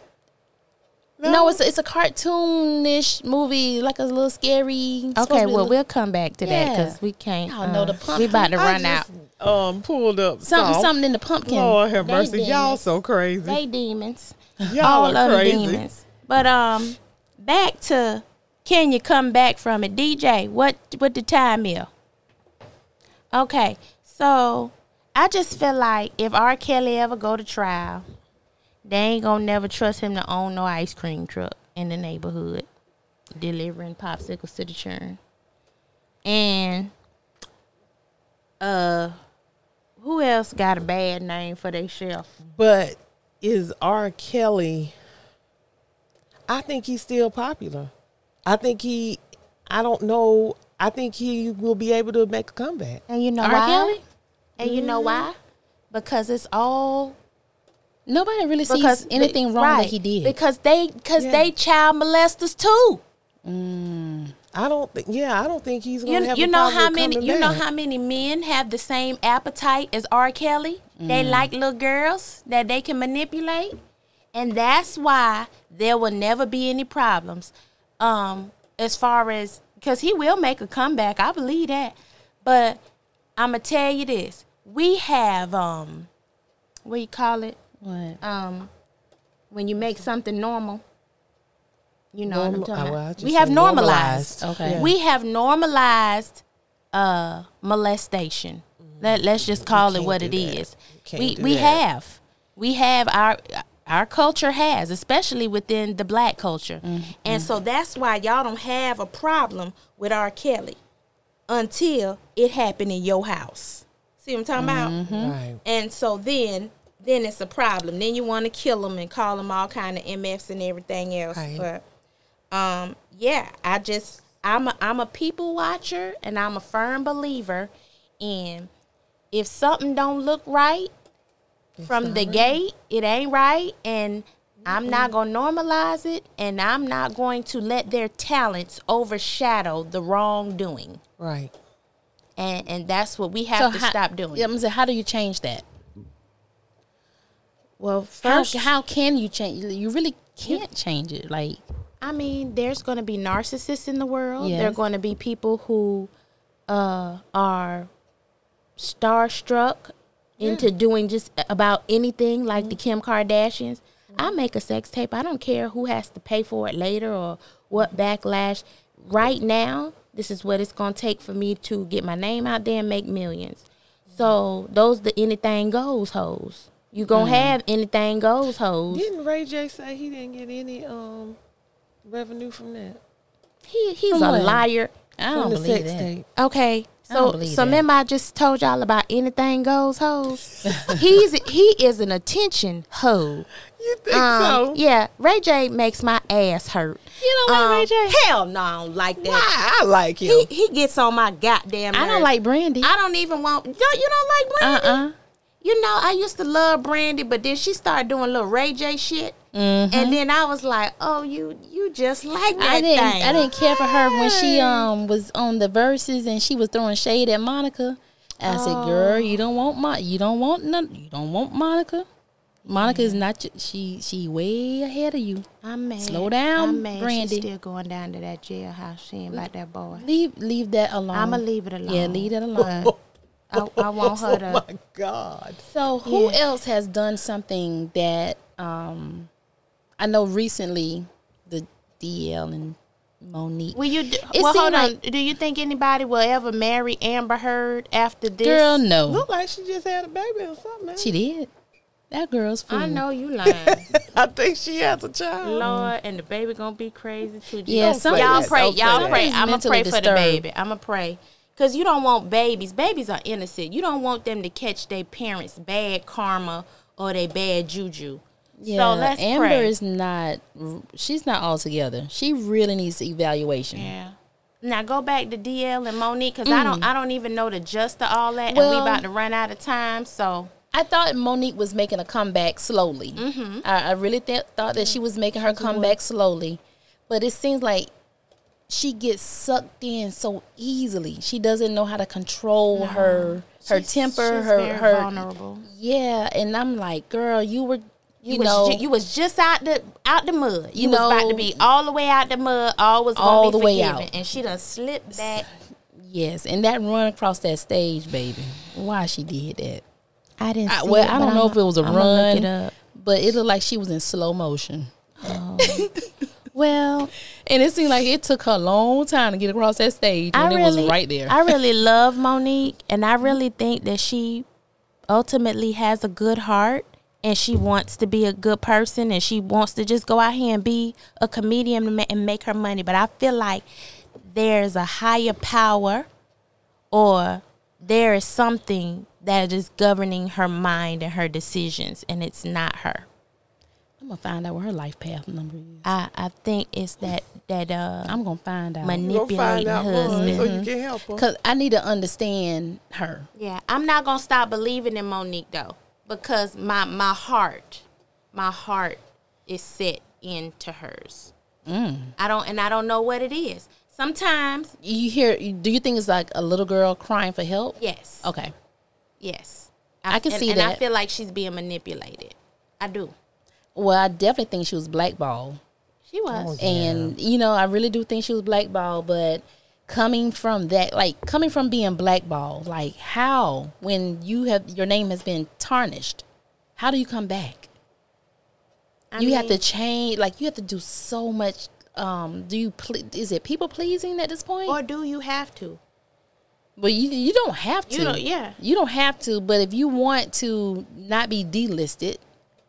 Speaker 1: No, it's a, it's a cartoonish movie, like a little scary. supposed to
Speaker 2: okay.
Speaker 1: be
Speaker 2: Well,
Speaker 1: a-
Speaker 2: we'll come back to that
Speaker 1: Yeah.
Speaker 2: because we can't.
Speaker 1: Y'all know
Speaker 2: uh,
Speaker 1: the
Speaker 2: We
Speaker 1: pumpkin.
Speaker 2: about to
Speaker 1: I
Speaker 2: run out.
Speaker 5: um pulled up
Speaker 1: something
Speaker 5: song.
Speaker 1: something in the pumpkin.
Speaker 5: Lord have
Speaker 2: They
Speaker 5: mercy,
Speaker 2: did
Speaker 5: y'all
Speaker 2: it.
Speaker 5: so crazy.
Speaker 2: They demons.
Speaker 5: y'all are
Speaker 2: them
Speaker 5: crazy.
Speaker 2: But um, back to can you come back from it, DJ? What what the time is? Okay, so I just feel like if R. Kelly ever go to trial, they ain't gonna never trust him to own no ice cream truck in the neighborhood, delivering popsicles to the churn. And uh, who else got a bad name for their shelf?
Speaker 5: But is R. Kelly? I think he's still popular. I think he. I don't know. I think he will be able to make a comeback.
Speaker 2: And you know
Speaker 1: R.
Speaker 2: why?
Speaker 1: Kelly?
Speaker 2: And you know why? Because it's all
Speaker 1: Nobody really sees
Speaker 2: because
Speaker 1: anything wrong
Speaker 2: right.
Speaker 1: that he did.
Speaker 2: Because they because
Speaker 5: Yeah.
Speaker 2: they child molesters too.
Speaker 5: I don't. think yeah, I don't think he's going to
Speaker 2: You,
Speaker 5: have.
Speaker 2: you
Speaker 5: a
Speaker 2: know
Speaker 5: problem
Speaker 2: how
Speaker 5: with
Speaker 2: many
Speaker 5: coming
Speaker 2: you know
Speaker 5: back.
Speaker 2: how many men have the same appetite as R. Kelly? They
Speaker 5: Mm.
Speaker 2: like little girls that they can manipulate. And that's why there will never be any problems. Um, as far as because he will make a comeback. I believe that. But I'ma tell you this. We have um what do you call it?
Speaker 1: what?
Speaker 2: um, when you make something normal. You know
Speaker 5: Normal-
Speaker 2: what I'm
Speaker 5: oh,
Speaker 2: talking
Speaker 5: well, I
Speaker 2: about.
Speaker 5: just
Speaker 2: We have
Speaker 5: said
Speaker 2: normalized.
Speaker 5: normalized.
Speaker 1: Okay. Yeah.
Speaker 2: We have normalized uh, molestation. Let, let's just call it
Speaker 5: can't
Speaker 2: what
Speaker 5: do
Speaker 2: it
Speaker 5: that.
Speaker 2: is.
Speaker 5: You can't
Speaker 2: We
Speaker 5: do
Speaker 2: we
Speaker 5: that.
Speaker 2: have. We have our our culture has, especially within the black culture.
Speaker 5: Mm-hmm.
Speaker 2: And so that's why y'all don't have a problem with R. Kelly until it happened in your house. See what I'm talking about?
Speaker 5: Right.
Speaker 2: And so then then it's a problem. Then you want to kill them and call them all kind of MFs and everything else.
Speaker 5: Right.
Speaker 2: But um yeah, I just I'm a I'm a people watcher and I'm a firm believer in if something don't look right from the gate, it ain't right and I'm not going to normalize it and I'm not going to let their talents overshadow the wrongdoing.
Speaker 5: Right.
Speaker 2: And and that's what we have to
Speaker 1: how,
Speaker 2: stop doing.
Speaker 1: Yeah, I'm saying, how do you change that?
Speaker 2: Well,
Speaker 1: How,
Speaker 2: first
Speaker 1: how can you change? You really can't change it. Like
Speaker 2: I mean, there's going to be narcissists in the world.
Speaker 1: Yes.
Speaker 2: There are going to be people who uh, are starstruck into doing just about anything, like the
Speaker 1: Mm-hmm.
Speaker 2: Kim Kardashians. I make a sex tape. I don't care who has to pay for it later or what backlash. Right now, this is what it's going to take for me to get my name out there and make millions.
Speaker 1: Mm-hmm.
Speaker 2: So those the anything goes hoes. You gonna
Speaker 1: Mm-hmm.
Speaker 2: have anything goes hoes.
Speaker 5: Didn't Ray J say he didn't get any um revenue from that?
Speaker 2: He he's a
Speaker 1: Someone-
Speaker 2: liar.
Speaker 1: I
Speaker 5: from
Speaker 1: don't
Speaker 5: the
Speaker 1: believe
Speaker 5: sex
Speaker 1: that.
Speaker 5: tape.
Speaker 2: Okay.
Speaker 1: I don't
Speaker 2: So
Speaker 1: believe
Speaker 2: so
Speaker 1: that.
Speaker 2: remember I just told y'all about anything goes hoes. He's he is an attention hoe.
Speaker 5: You think
Speaker 2: Um,
Speaker 5: so?
Speaker 2: Yeah, Ray J makes my ass hurt. Um,
Speaker 1: You don't like Ray J?
Speaker 2: Hell no, I don't like that.
Speaker 5: Why? I like him.
Speaker 2: He, he gets on my goddamn.
Speaker 1: I don't
Speaker 2: nerves.
Speaker 1: like Brandy.
Speaker 2: I don't even want. Don't, you don't like
Speaker 1: Uh
Speaker 2: Brandy?
Speaker 1: uh
Speaker 2: You know, I used to love Brandy, but then she started doing little Ray J shit,
Speaker 1: Mm-hmm.
Speaker 2: and then I was like, "Oh, you you just like that
Speaker 1: Uh-huh. I didn't.
Speaker 2: thing."
Speaker 1: I didn't care for her when she um was on the verses and she was throwing shade at Monica. I said,
Speaker 2: Oh.
Speaker 1: "Girl, you don't want Mon- You don't want none. You don't want Monica. Monica is not. Your, she she way ahead of you.
Speaker 2: I'm mad.
Speaker 1: Slow down,
Speaker 2: I'm mad.
Speaker 1: Brandy.
Speaker 2: She's still going down to that jailhouse. She ain't about that boy.
Speaker 1: Leave leave that alone.
Speaker 2: I'ma leave it alone.
Speaker 1: Um, Yeah, leave it alone.
Speaker 2: I, I want her
Speaker 5: oh
Speaker 2: to.
Speaker 5: my God.
Speaker 1: So who
Speaker 2: Yeah.
Speaker 1: else has done something that um I know recently the DL and Monique.
Speaker 2: Will you? Do,
Speaker 1: It
Speaker 2: well,
Speaker 1: seemed
Speaker 2: hold on.
Speaker 1: like-
Speaker 2: Do you think anybody will ever marry Amber Heard after this?
Speaker 1: Girl, no.
Speaker 5: Look like she just had a baby or something. man.
Speaker 1: She did. That girl's fool.
Speaker 2: I know you lying,
Speaker 5: I think she has a child.
Speaker 2: Lord, and the baby gonna be crazy too.
Speaker 1: Yeah,
Speaker 2: Jesus.
Speaker 1: some-
Speaker 2: y'all
Speaker 5: Don't
Speaker 2: pray,
Speaker 5: say
Speaker 2: y'all
Speaker 5: that.
Speaker 2: pray.
Speaker 1: Somebody's
Speaker 2: I'ma
Speaker 1: mentally
Speaker 2: pray for the
Speaker 1: disturbed.
Speaker 2: baby. I'ma pray, cause you don't want babies. Babies are innocent. You don't want them to catch their parents' bad karma or their bad juju.
Speaker 1: Yeah,
Speaker 2: so let's
Speaker 1: Amber
Speaker 2: pray.
Speaker 1: is not. She's not all together. She really needs evaluation.
Speaker 2: Yeah. Now go back to DL and Monique because I don't I don't even know the just of all that, and
Speaker 1: Mm. Well-
Speaker 2: we about to run out of time. So
Speaker 1: I thought Monique was making a comeback slowly.
Speaker 2: Mm-hmm.
Speaker 1: I, I really th- thought that she was making her comeback slowly, but it seems like she gets sucked in so easily. She doesn't know how to control her her
Speaker 2: She's-
Speaker 1: temper,
Speaker 2: she's
Speaker 1: her
Speaker 2: very
Speaker 1: her
Speaker 2: vulnerable.
Speaker 1: yeah. And I'm like, girl, you were you,
Speaker 2: You,
Speaker 1: know
Speaker 2: was ju- you was just out the out the mud. You,
Speaker 1: You
Speaker 2: was about
Speaker 1: know-
Speaker 2: to be all the way out the mud. All was gonna
Speaker 1: All
Speaker 2: be
Speaker 1: the way
Speaker 2: forgiven.
Speaker 1: out.
Speaker 2: and she done slipped back.
Speaker 1: yes, and that run across that stage, baby. Why she did that?
Speaker 2: I didn't.
Speaker 1: I, well, I don't know if it was a run,
Speaker 2: it up.
Speaker 1: but it looked like she was in slow motion.
Speaker 2: Well,
Speaker 1: And it seemed like it took her a long time to get across that stage when it was right there.
Speaker 2: I really love Monique, and I really think that she ultimately has a good heart, and she wants to be a good person, and she wants to just go out here and be a comedian and ma- and make her money. But I feel like there's a higher power, or there is something that is governing her mind and her decisions, and it's not her.
Speaker 1: I'm gonna find out what her life path number is.
Speaker 2: I, I think it's that that uh,
Speaker 1: I'm gonna find out
Speaker 2: Monique.
Speaker 5: Go find
Speaker 2: Manipulating
Speaker 5: out more so you
Speaker 2: husband.
Speaker 5: can help her.
Speaker 1: because I need to understand her.
Speaker 2: Yeah, I'm not gonna stop believing in Monique though, because my my heart, my heart is set into hers.
Speaker 1: Mm.
Speaker 2: I don't, and I don't know what it is. Sometimes,
Speaker 1: You hear? you- Do you think it's like a little girl crying for help?
Speaker 2: yes,
Speaker 1: Okay.
Speaker 2: yes,
Speaker 1: I can
Speaker 2: and,
Speaker 1: see
Speaker 2: and I
Speaker 1: that.
Speaker 2: feel like she's being manipulated. I do.
Speaker 1: Well, I definitely think she was blackballed,
Speaker 2: She was.
Speaker 1: and you know, I really do think she was blackballed. But coming from that, like coming from being blackballed, like how when you have your name has been tarnished, how do you come back?
Speaker 2: I
Speaker 1: you have to
Speaker 2: mean,
Speaker 1: change. Like you have to do so much. Um, do you? Ple- is it people pleasing at this point?
Speaker 2: or do you have to?
Speaker 1: But you you don't have to.
Speaker 2: You don't- yeah.
Speaker 1: You don't have to. But if you want to not be delisted,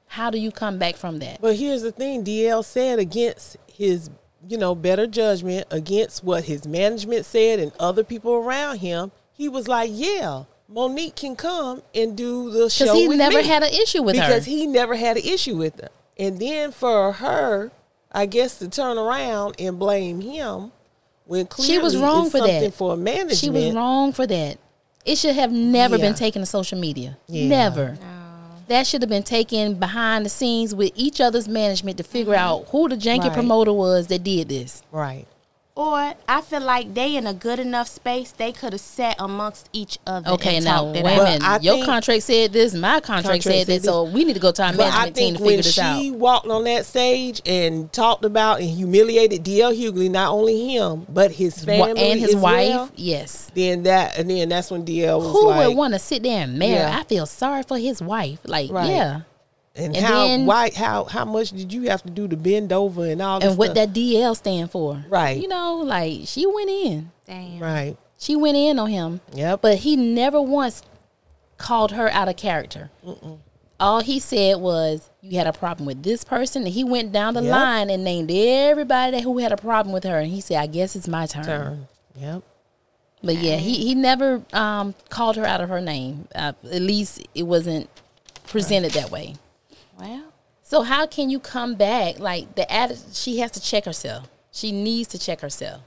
Speaker 1: how do you come back from that?
Speaker 5: But here's the thing, DL said against his, you know, better judgment, against what his management said and other people around him, he was like, Yeah, Monique can come and do the show.
Speaker 1: Because he
Speaker 5: with
Speaker 1: never
Speaker 5: me."
Speaker 1: had an issue with her.
Speaker 5: because he never had an issue with her. And then for her, I guess to turn around and blame him when clearly
Speaker 1: she was wrong
Speaker 5: it's
Speaker 1: for
Speaker 5: something
Speaker 1: that.
Speaker 5: for management.
Speaker 1: She was wrong for that. It should have never
Speaker 5: Yeah.
Speaker 1: been taken to social media.
Speaker 5: Yeah.
Speaker 1: Never. That should have been taken behind the scenes with each other's management to figure out who the janky
Speaker 5: Right.
Speaker 1: promoter was that did this.
Speaker 5: Right.
Speaker 2: Or I feel like they in a good enough space. They could have sat amongst each other.
Speaker 1: Okay,
Speaker 2: and
Speaker 1: now
Speaker 2: talked
Speaker 1: wait a
Speaker 2: it out.
Speaker 1: minute.
Speaker 5: I
Speaker 1: Your
Speaker 5: think-
Speaker 1: contract said this. My contract,
Speaker 5: Contract
Speaker 1: said
Speaker 5: said
Speaker 1: this.
Speaker 5: this.
Speaker 1: So we need to go to our
Speaker 5: But I
Speaker 1: management team
Speaker 5: think
Speaker 1: to figure
Speaker 5: when
Speaker 1: this
Speaker 5: she
Speaker 1: out.
Speaker 5: walked on that stage and talked about and humiliated DL Hughley, not only him but
Speaker 1: Wa-
Speaker 5: his family
Speaker 1: and his
Speaker 5: as
Speaker 1: wife,
Speaker 5: well,
Speaker 1: yes.
Speaker 5: then that and then that's when DL was
Speaker 1: Who
Speaker 5: like,
Speaker 1: would want to sit there and marry?
Speaker 5: Yeah.
Speaker 1: I feel sorry for his wife. Like,
Speaker 5: Right.
Speaker 1: yeah.
Speaker 5: and,
Speaker 1: and
Speaker 5: how
Speaker 1: then-
Speaker 5: why how how much did you have to do to bend over and all
Speaker 1: And what
Speaker 5: stuff?
Speaker 1: that DL stand for?
Speaker 5: Right.
Speaker 1: You know, like she went in.
Speaker 2: Damn.
Speaker 5: right
Speaker 1: She went in on him.
Speaker 5: Yep.
Speaker 1: Uh, But he never once called her out of character. All he said was, "You had a problem with this person," and he went down the
Speaker 5: Yep.
Speaker 1: line and named everybody who had a problem with her. And he said, "I guess it's my turn."
Speaker 5: turn yep
Speaker 1: But yeah, he he never um, called her out of her name. Uh, at least it wasn't presented that way.
Speaker 2: Well,
Speaker 1: So how can you come back? Like the attitude, she has to check herself. She needs to check herself.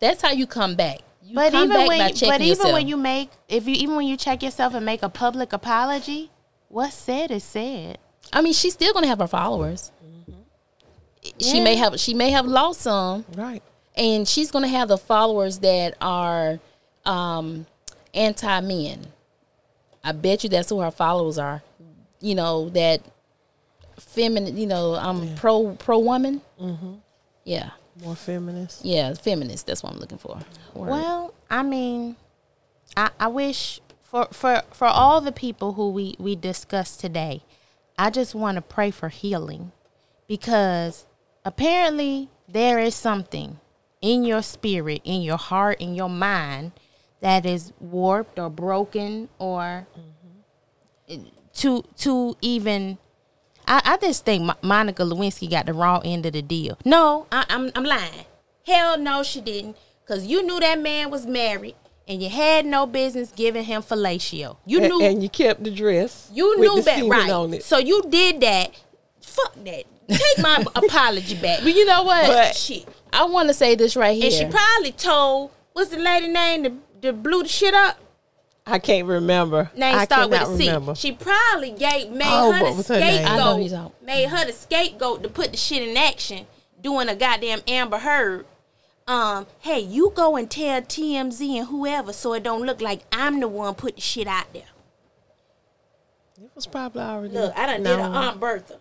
Speaker 1: That's how you come back. You
Speaker 2: But
Speaker 1: come
Speaker 2: even
Speaker 1: back
Speaker 2: when,
Speaker 1: by
Speaker 2: you-
Speaker 1: checking
Speaker 2: but even
Speaker 1: yourself.
Speaker 2: when you make, if you even when you check yourself and make a public apology, what's said is said.
Speaker 1: I mean, she's still gonna have her followers. She may have she may have lost some,
Speaker 5: right
Speaker 1: and she's gonna have the followers that are um, anti men. I bet you that's who her followers are. You know that feminine. You know, um, pro pro woman. Mm-hmm. Yeah,
Speaker 5: more feminist
Speaker 1: yeah, feminist. That's what I'm looking for. Word.
Speaker 2: Well, I mean, I, I wish for for for all the people who we we discussed today, I just want to pray for healing, because apparently there is something in your spirit, in your heart, in your mind that is warped or broken or to to even I, I just think Mo- Monica Lewinsky got the wrong end of the deal. No, I, I'm I'm lying. Hell no, she didn't. Cause you knew that man was married, and you had no business giving him fellatio. You
Speaker 5: A-
Speaker 2: knew
Speaker 5: and you kept the dress
Speaker 2: you
Speaker 5: with
Speaker 2: knew
Speaker 5: the
Speaker 2: that
Speaker 5: semen
Speaker 2: right.
Speaker 5: on it.
Speaker 2: So you did that. Fuck that. Take my apology back.
Speaker 1: But you know what?
Speaker 5: But-
Speaker 2: shit.
Speaker 1: I want to say this right here.
Speaker 2: And she probably told what's the lady name that, that blew the shit up?
Speaker 5: I can't remember.
Speaker 2: Name
Speaker 5: I
Speaker 2: start with
Speaker 5: cannot
Speaker 2: a C.
Speaker 5: Remember.
Speaker 2: She probably gave made
Speaker 5: Oh,
Speaker 2: her
Speaker 5: what
Speaker 2: the
Speaker 5: was her name?
Speaker 1: I know he's
Speaker 2: scapegoat.
Speaker 1: out.
Speaker 2: Made her the scapegoat to put the shit in action, doing a goddamn Amber Heard. Um, hey, you go and tell TMZ and whoever so it don't look like I'm the one putting shit out there.
Speaker 5: It was probably already.
Speaker 2: Look, I done
Speaker 5: no.
Speaker 2: did a Aunt Bertha.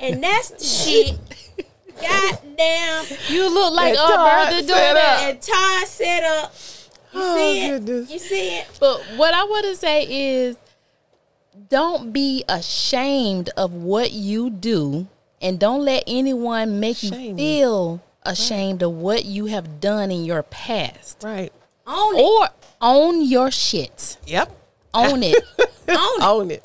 Speaker 2: and that's the shit. Goddamn.
Speaker 1: You look like
Speaker 5: That
Speaker 1: our
Speaker 5: dog
Speaker 1: brother doing
Speaker 5: set
Speaker 1: that.
Speaker 5: up.
Speaker 2: And Todd set up. You
Speaker 5: Oh,
Speaker 2: see it?
Speaker 5: goodness.
Speaker 2: You see it?
Speaker 1: But what I want to say is don't be ashamed of what you do and don't let anyone make you
Speaker 5: Shame you.
Speaker 1: feel ashamed of what you have done in your past.
Speaker 5: Right.
Speaker 2: Own it.
Speaker 1: Or own your shit.
Speaker 5: Yep.
Speaker 1: Own it.
Speaker 2: Own it.
Speaker 5: Own it.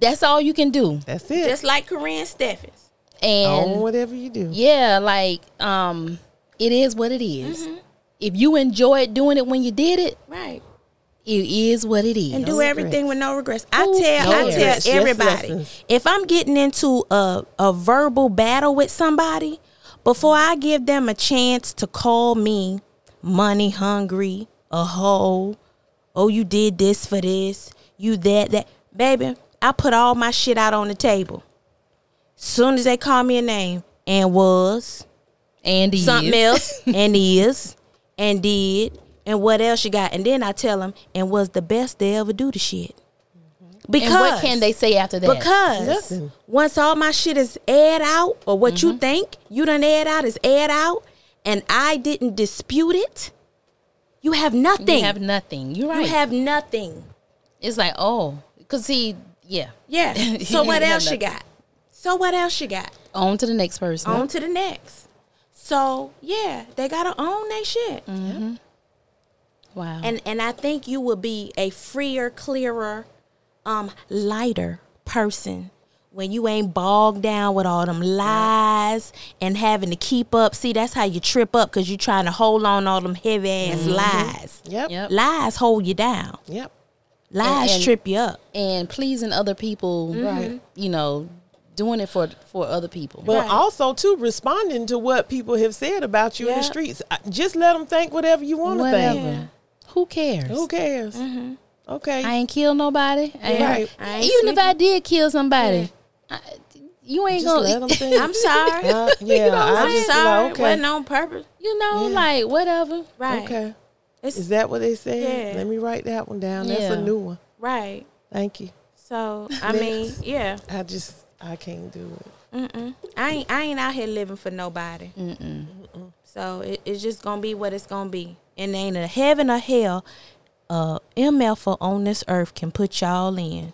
Speaker 1: That's all you can do.
Speaker 5: That's it.
Speaker 2: Just like Corinne Steffens.
Speaker 1: And
Speaker 5: Own whatever you do.
Speaker 1: yeah, like um it is what it is.
Speaker 2: Mm-hmm.
Speaker 1: If you enjoyed doing it when you did it,
Speaker 2: Right.
Speaker 1: it is what it is.
Speaker 2: and do
Speaker 5: No
Speaker 2: everything
Speaker 5: regrets.
Speaker 2: with no regrets. I
Speaker 1: Who
Speaker 2: tell,
Speaker 1: No
Speaker 2: I tell
Speaker 1: regrets,
Speaker 5: just
Speaker 2: everybody,
Speaker 5: lessons.
Speaker 2: if I'm getting into a a verbal battle with somebody, before I give them a chance to call me money hungry, a hoe, oh you did this for this, you that that, baby, I put all my shit out on the table. Soon as they call me a name and was
Speaker 1: And it
Speaker 2: something
Speaker 1: is.
Speaker 2: else and is and did and what else you got and then i tell them and was the best they ever do the shit because
Speaker 1: And what can they say after that?
Speaker 2: because
Speaker 5: Nothing.
Speaker 2: once all my shit is aired out or what
Speaker 1: Mm-hmm.
Speaker 2: you think you done aired out is aired out and i didn't dispute it you have nothing
Speaker 1: you have nothing. You're right.
Speaker 2: You have nothing
Speaker 1: It's like, oh, because he, yeah,
Speaker 2: yeah so
Speaker 1: You
Speaker 2: what
Speaker 1: have
Speaker 2: else you
Speaker 1: nothing.
Speaker 2: got so what else you got
Speaker 1: on to the next person.
Speaker 2: on to the next so yeah they gotta own their shit
Speaker 1: wow.
Speaker 2: and and I think you will be a freer, clearer, um, lighter person when you ain't bogged down with all them lies and having to keep up. See, that's how you trip up because you're trying to hold on all them heavy ass lies.
Speaker 5: Yep.
Speaker 1: Yep.
Speaker 2: Lies hold you down.
Speaker 5: Yep.
Speaker 2: Lies
Speaker 1: and-
Speaker 2: trip you up.
Speaker 1: and pleasing other people,
Speaker 5: Right.
Speaker 1: you know, doing it for for other people.
Speaker 5: But
Speaker 2: Right.
Speaker 5: also too responding to what people have said about you in
Speaker 2: Yeah.
Speaker 5: the streets. I- Just let them think whatever you want to
Speaker 1: Whatever.
Speaker 5: think.
Speaker 1: Who cares?
Speaker 5: Who cares? Okay.
Speaker 1: I ain't kill nobody. I ain't-
Speaker 5: Right.
Speaker 2: I ain't
Speaker 1: Even if I did kill somebody, I, you ain't
Speaker 5: Just let
Speaker 1: gonna.
Speaker 5: them think.
Speaker 2: I'm sorry.
Speaker 5: Uh, yeah.
Speaker 2: I'm
Speaker 5: I'm just
Speaker 2: sorry.
Speaker 5: like, okay.
Speaker 2: Wasn't on purpose.
Speaker 1: you know,
Speaker 5: Yeah.
Speaker 1: like whatever.
Speaker 2: Right.
Speaker 5: Okay.
Speaker 2: It's-
Speaker 5: Is that what they said?
Speaker 2: Yeah.
Speaker 5: Let me write that one down. That's
Speaker 1: Yeah.
Speaker 5: a new one.
Speaker 2: Right.
Speaker 5: Thank you.
Speaker 2: So I
Speaker 5: Next.
Speaker 2: mean, yeah.
Speaker 5: I just I can't do it.
Speaker 2: Mm-mm. I ain't I ain't out here living for nobody. So it, it's just gonna be what it's gonna be, and ain't a heaven or hell, uh, MF on this earth can put y'all in.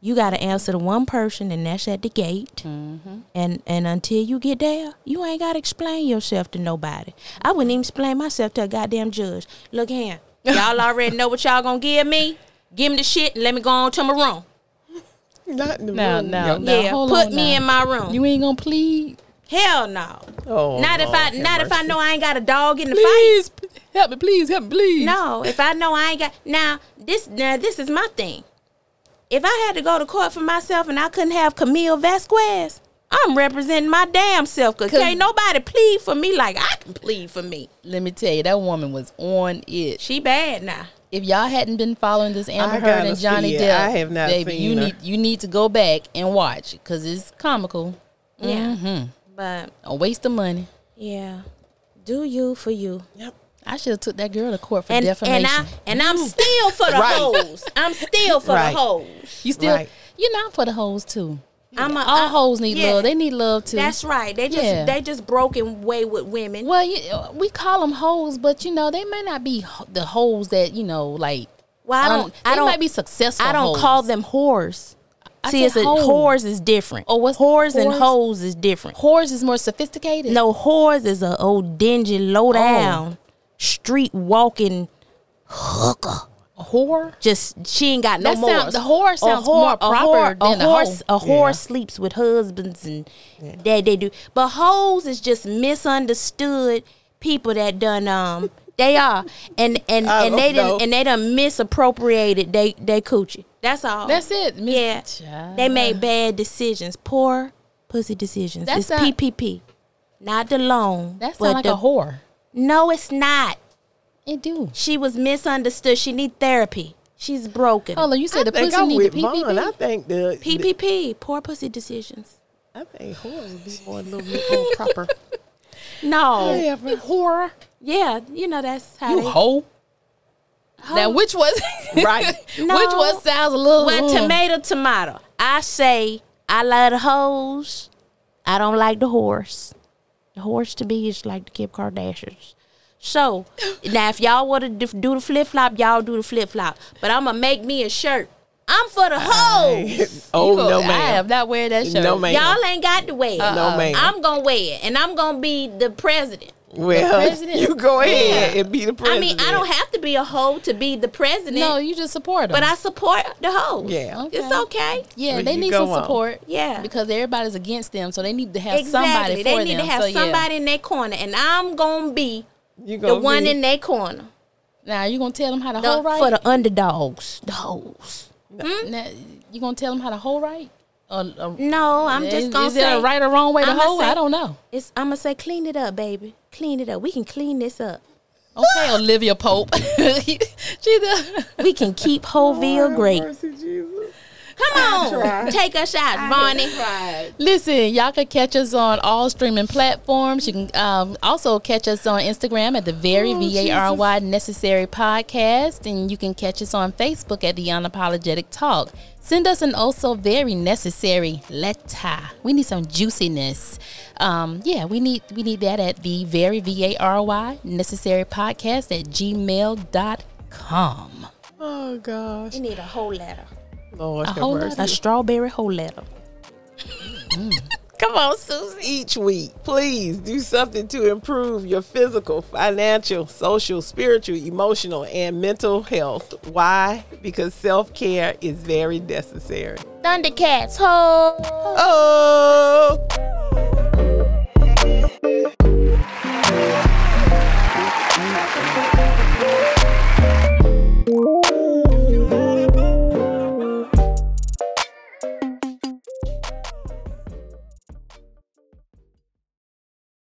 Speaker 2: You gotta answer to one person, and that's at the gate.
Speaker 1: Mm-hmm.
Speaker 2: And and until you get there, you ain't gotta explain yourself to nobody. I wouldn't even explain myself to a goddamn judge. Look here, y'all already know what y'all gonna give me. Give me the shit and let me go on to my room.
Speaker 5: Not in the
Speaker 1: No,
Speaker 5: room.
Speaker 1: no, no. Now,
Speaker 2: yeah,
Speaker 1: hold
Speaker 2: put
Speaker 1: on
Speaker 2: me
Speaker 1: now.
Speaker 2: in my room.
Speaker 1: You ain't gonna plead.
Speaker 2: Hell no.
Speaker 5: Oh,
Speaker 2: Not if I
Speaker 5: Lord, have
Speaker 2: not if I
Speaker 5: mercy.
Speaker 2: know I ain't got a dog in the fight.
Speaker 1: Please p- help me. Please help me. Please.
Speaker 2: No, if I know I ain't got now this now this is my thing. If I had to go to court for myself and I couldn't have Camille Vasquez, I'm representing my damn self because
Speaker 1: Cause-
Speaker 2: can't nobody plead for me like I can plead for me.
Speaker 1: Let me tell you, that woman was on it.
Speaker 2: She bad now.
Speaker 1: if y'all hadn't been following this Amber
Speaker 5: I
Speaker 1: Heard
Speaker 5: gotta
Speaker 1: and Johnny
Speaker 5: see it.
Speaker 1: Depp,
Speaker 5: I have not
Speaker 1: baby,
Speaker 5: seen
Speaker 1: you
Speaker 5: her.
Speaker 1: need you need to go back and watch because it's comical,
Speaker 2: Yeah.
Speaker 1: Mm-hmm.
Speaker 2: But
Speaker 1: a waste of money.
Speaker 2: yeah. Do you for you.
Speaker 5: Yep.
Speaker 1: I should have took that girl to court for
Speaker 2: And
Speaker 1: defamation.
Speaker 2: and I and I'm still for the
Speaker 5: Right.
Speaker 2: hoes. I'm still for
Speaker 5: Right.
Speaker 2: the hoes.
Speaker 1: you still,
Speaker 5: Right.
Speaker 1: you're not for the hoes too.
Speaker 2: I'm a,
Speaker 1: All
Speaker 2: I-
Speaker 1: hoes need
Speaker 2: Uh, yeah.
Speaker 1: love. They need love too.
Speaker 2: That's right. They just
Speaker 1: Yeah.
Speaker 2: they just broken way with women.
Speaker 1: well, you, we call them hoes, but you know they may not be ho- the hoes that you know like.
Speaker 2: Well, I
Speaker 1: un-
Speaker 2: don't.
Speaker 1: they
Speaker 2: I don't.
Speaker 1: might be successful.
Speaker 2: I don't
Speaker 1: hoes.
Speaker 2: call them whores.
Speaker 1: I
Speaker 2: See,
Speaker 1: said
Speaker 2: it's a,
Speaker 1: hoes.
Speaker 2: whores is different.
Speaker 1: Oh, what's-
Speaker 2: whores, and
Speaker 1: whores?
Speaker 2: hoes is different.
Speaker 1: Whores is more sophisticated.
Speaker 2: No, whores is a old dingy, low down,
Speaker 1: Oh.
Speaker 2: street walking hooker.
Speaker 1: whore.
Speaker 2: Just she ain't got no
Speaker 1: That
Speaker 2: more.
Speaker 1: sound- the whore sounds more proper than a hoe.
Speaker 2: horse. A whore
Speaker 5: Yeah.
Speaker 2: sleeps with husbands and that they do. But hoes is just misunderstood people that done um they are and and
Speaker 5: I
Speaker 2: and they
Speaker 5: don't
Speaker 2: done
Speaker 5: know.
Speaker 2: and they done misappropriated they they coochie. That's all.
Speaker 1: That's it. Miss-
Speaker 2: Yeah,
Speaker 1: Child.
Speaker 2: they made bad decisions, poor pussy decisions.
Speaker 1: That's
Speaker 2: it's
Speaker 1: not-
Speaker 2: PPP, not the loan.
Speaker 1: That
Speaker 2: but
Speaker 1: sounds like
Speaker 2: the-
Speaker 1: a whore.
Speaker 2: No, it's not.
Speaker 1: It do.
Speaker 4: She was misunderstood. She need therapy. She's broken.
Speaker 1: Hold on, you said the
Speaker 5: I think
Speaker 1: pussy
Speaker 5: I'm
Speaker 1: need
Speaker 5: with
Speaker 1: the
Speaker 5: Vaughn. I
Speaker 1: PPP.
Speaker 5: think the, the
Speaker 4: PPP, poor pussy decisions.
Speaker 5: I think whores would be more a little bit more proper.
Speaker 4: No.
Speaker 5: Yeah, but whore.
Speaker 4: Yeah, you know that's how
Speaker 1: You
Speaker 4: they
Speaker 1: hoe. Now which was
Speaker 5: Right.
Speaker 4: No.
Speaker 1: Which one sounds a little
Speaker 4: Well,
Speaker 1: mm.
Speaker 4: tomato, tomato. I say I love the hoes. I don't like the horse. The horse to me is like the Kim Kardashians. So now, if y'all want to do the flip flop, y'all do the flip flop. But I'm gonna make me a shirt. I'm for the hoes.
Speaker 5: Oh
Speaker 1: Cool.
Speaker 5: no,
Speaker 1: I am
Speaker 5: ma'am.
Speaker 1: not wearing that shirt.
Speaker 5: No, ma'am.
Speaker 4: Y'all ain't got to wear it.
Speaker 5: No, ma'am.
Speaker 4: I'm gonna wear it, and I'm gonna be the president.
Speaker 5: well,
Speaker 1: president.
Speaker 5: you go ahead and be the
Speaker 4: I
Speaker 5: president.
Speaker 4: mean, I don't have to be a hoe to be the president,
Speaker 1: No, you just support them.
Speaker 4: but I support the hoes.
Speaker 5: Yeah.
Speaker 1: Okay.
Speaker 4: It's okay.
Speaker 1: yeah,
Speaker 5: Well,
Speaker 1: they
Speaker 5: you
Speaker 1: need
Speaker 5: go
Speaker 1: some
Speaker 5: on.
Speaker 1: support.
Speaker 4: Yeah.
Speaker 1: because everybody's against them, so they need to have somebody
Speaker 4: Exactly.
Speaker 1: for
Speaker 4: they need
Speaker 1: them.
Speaker 4: to have
Speaker 1: so, yeah.
Speaker 4: somebody in their corner, and I'm gonna be
Speaker 5: You
Speaker 4: the
Speaker 5: gonna
Speaker 4: one
Speaker 5: be-
Speaker 4: in their corner
Speaker 1: Now you gonna tell them how to
Speaker 4: The-
Speaker 1: hold right?
Speaker 4: for the underdogs, the hoes.
Speaker 1: Now, you gonna tell them how to hold right? Or, or-
Speaker 4: No, I'm
Speaker 1: is,
Speaker 4: just gonna
Speaker 1: is
Speaker 4: say
Speaker 1: there a right or wrong way to
Speaker 4: I'ma
Speaker 1: hold?
Speaker 4: say-
Speaker 1: I don't know.
Speaker 4: It's I'm gonna say clean it up, baby. Clean it up. We can clean this up.
Speaker 1: Okay, Olivia Pope. she the
Speaker 4: We can keep Holville great.
Speaker 5: Mercy, Jesus.
Speaker 4: Come on, take a shot, Vonnie.
Speaker 1: Listen, y'all can catch us on all streaming platforms. You can um, also catch us on Instagram at the very V A R Y Necessary Podcast, and you can catch us on Facebook at the Unapologetic Talk. Send us an also very necessary letter. We need some juiciness. Um, yeah, we need we need that at the very V A R Y Necessary Podcast at gmail.com.
Speaker 5: Oh gosh,
Speaker 4: You need a whole letter,
Speaker 5: Lord have
Speaker 1: whole
Speaker 5: mercy.
Speaker 4: a strawberry whole letter.
Speaker 5: Come on, Susie. Each week, please do something to improve your physical, financial, social, spiritual, emotional, and mental health. Why? Because self care is very necessary.
Speaker 4: Thundercats, ho.
Speaker 5: Oh.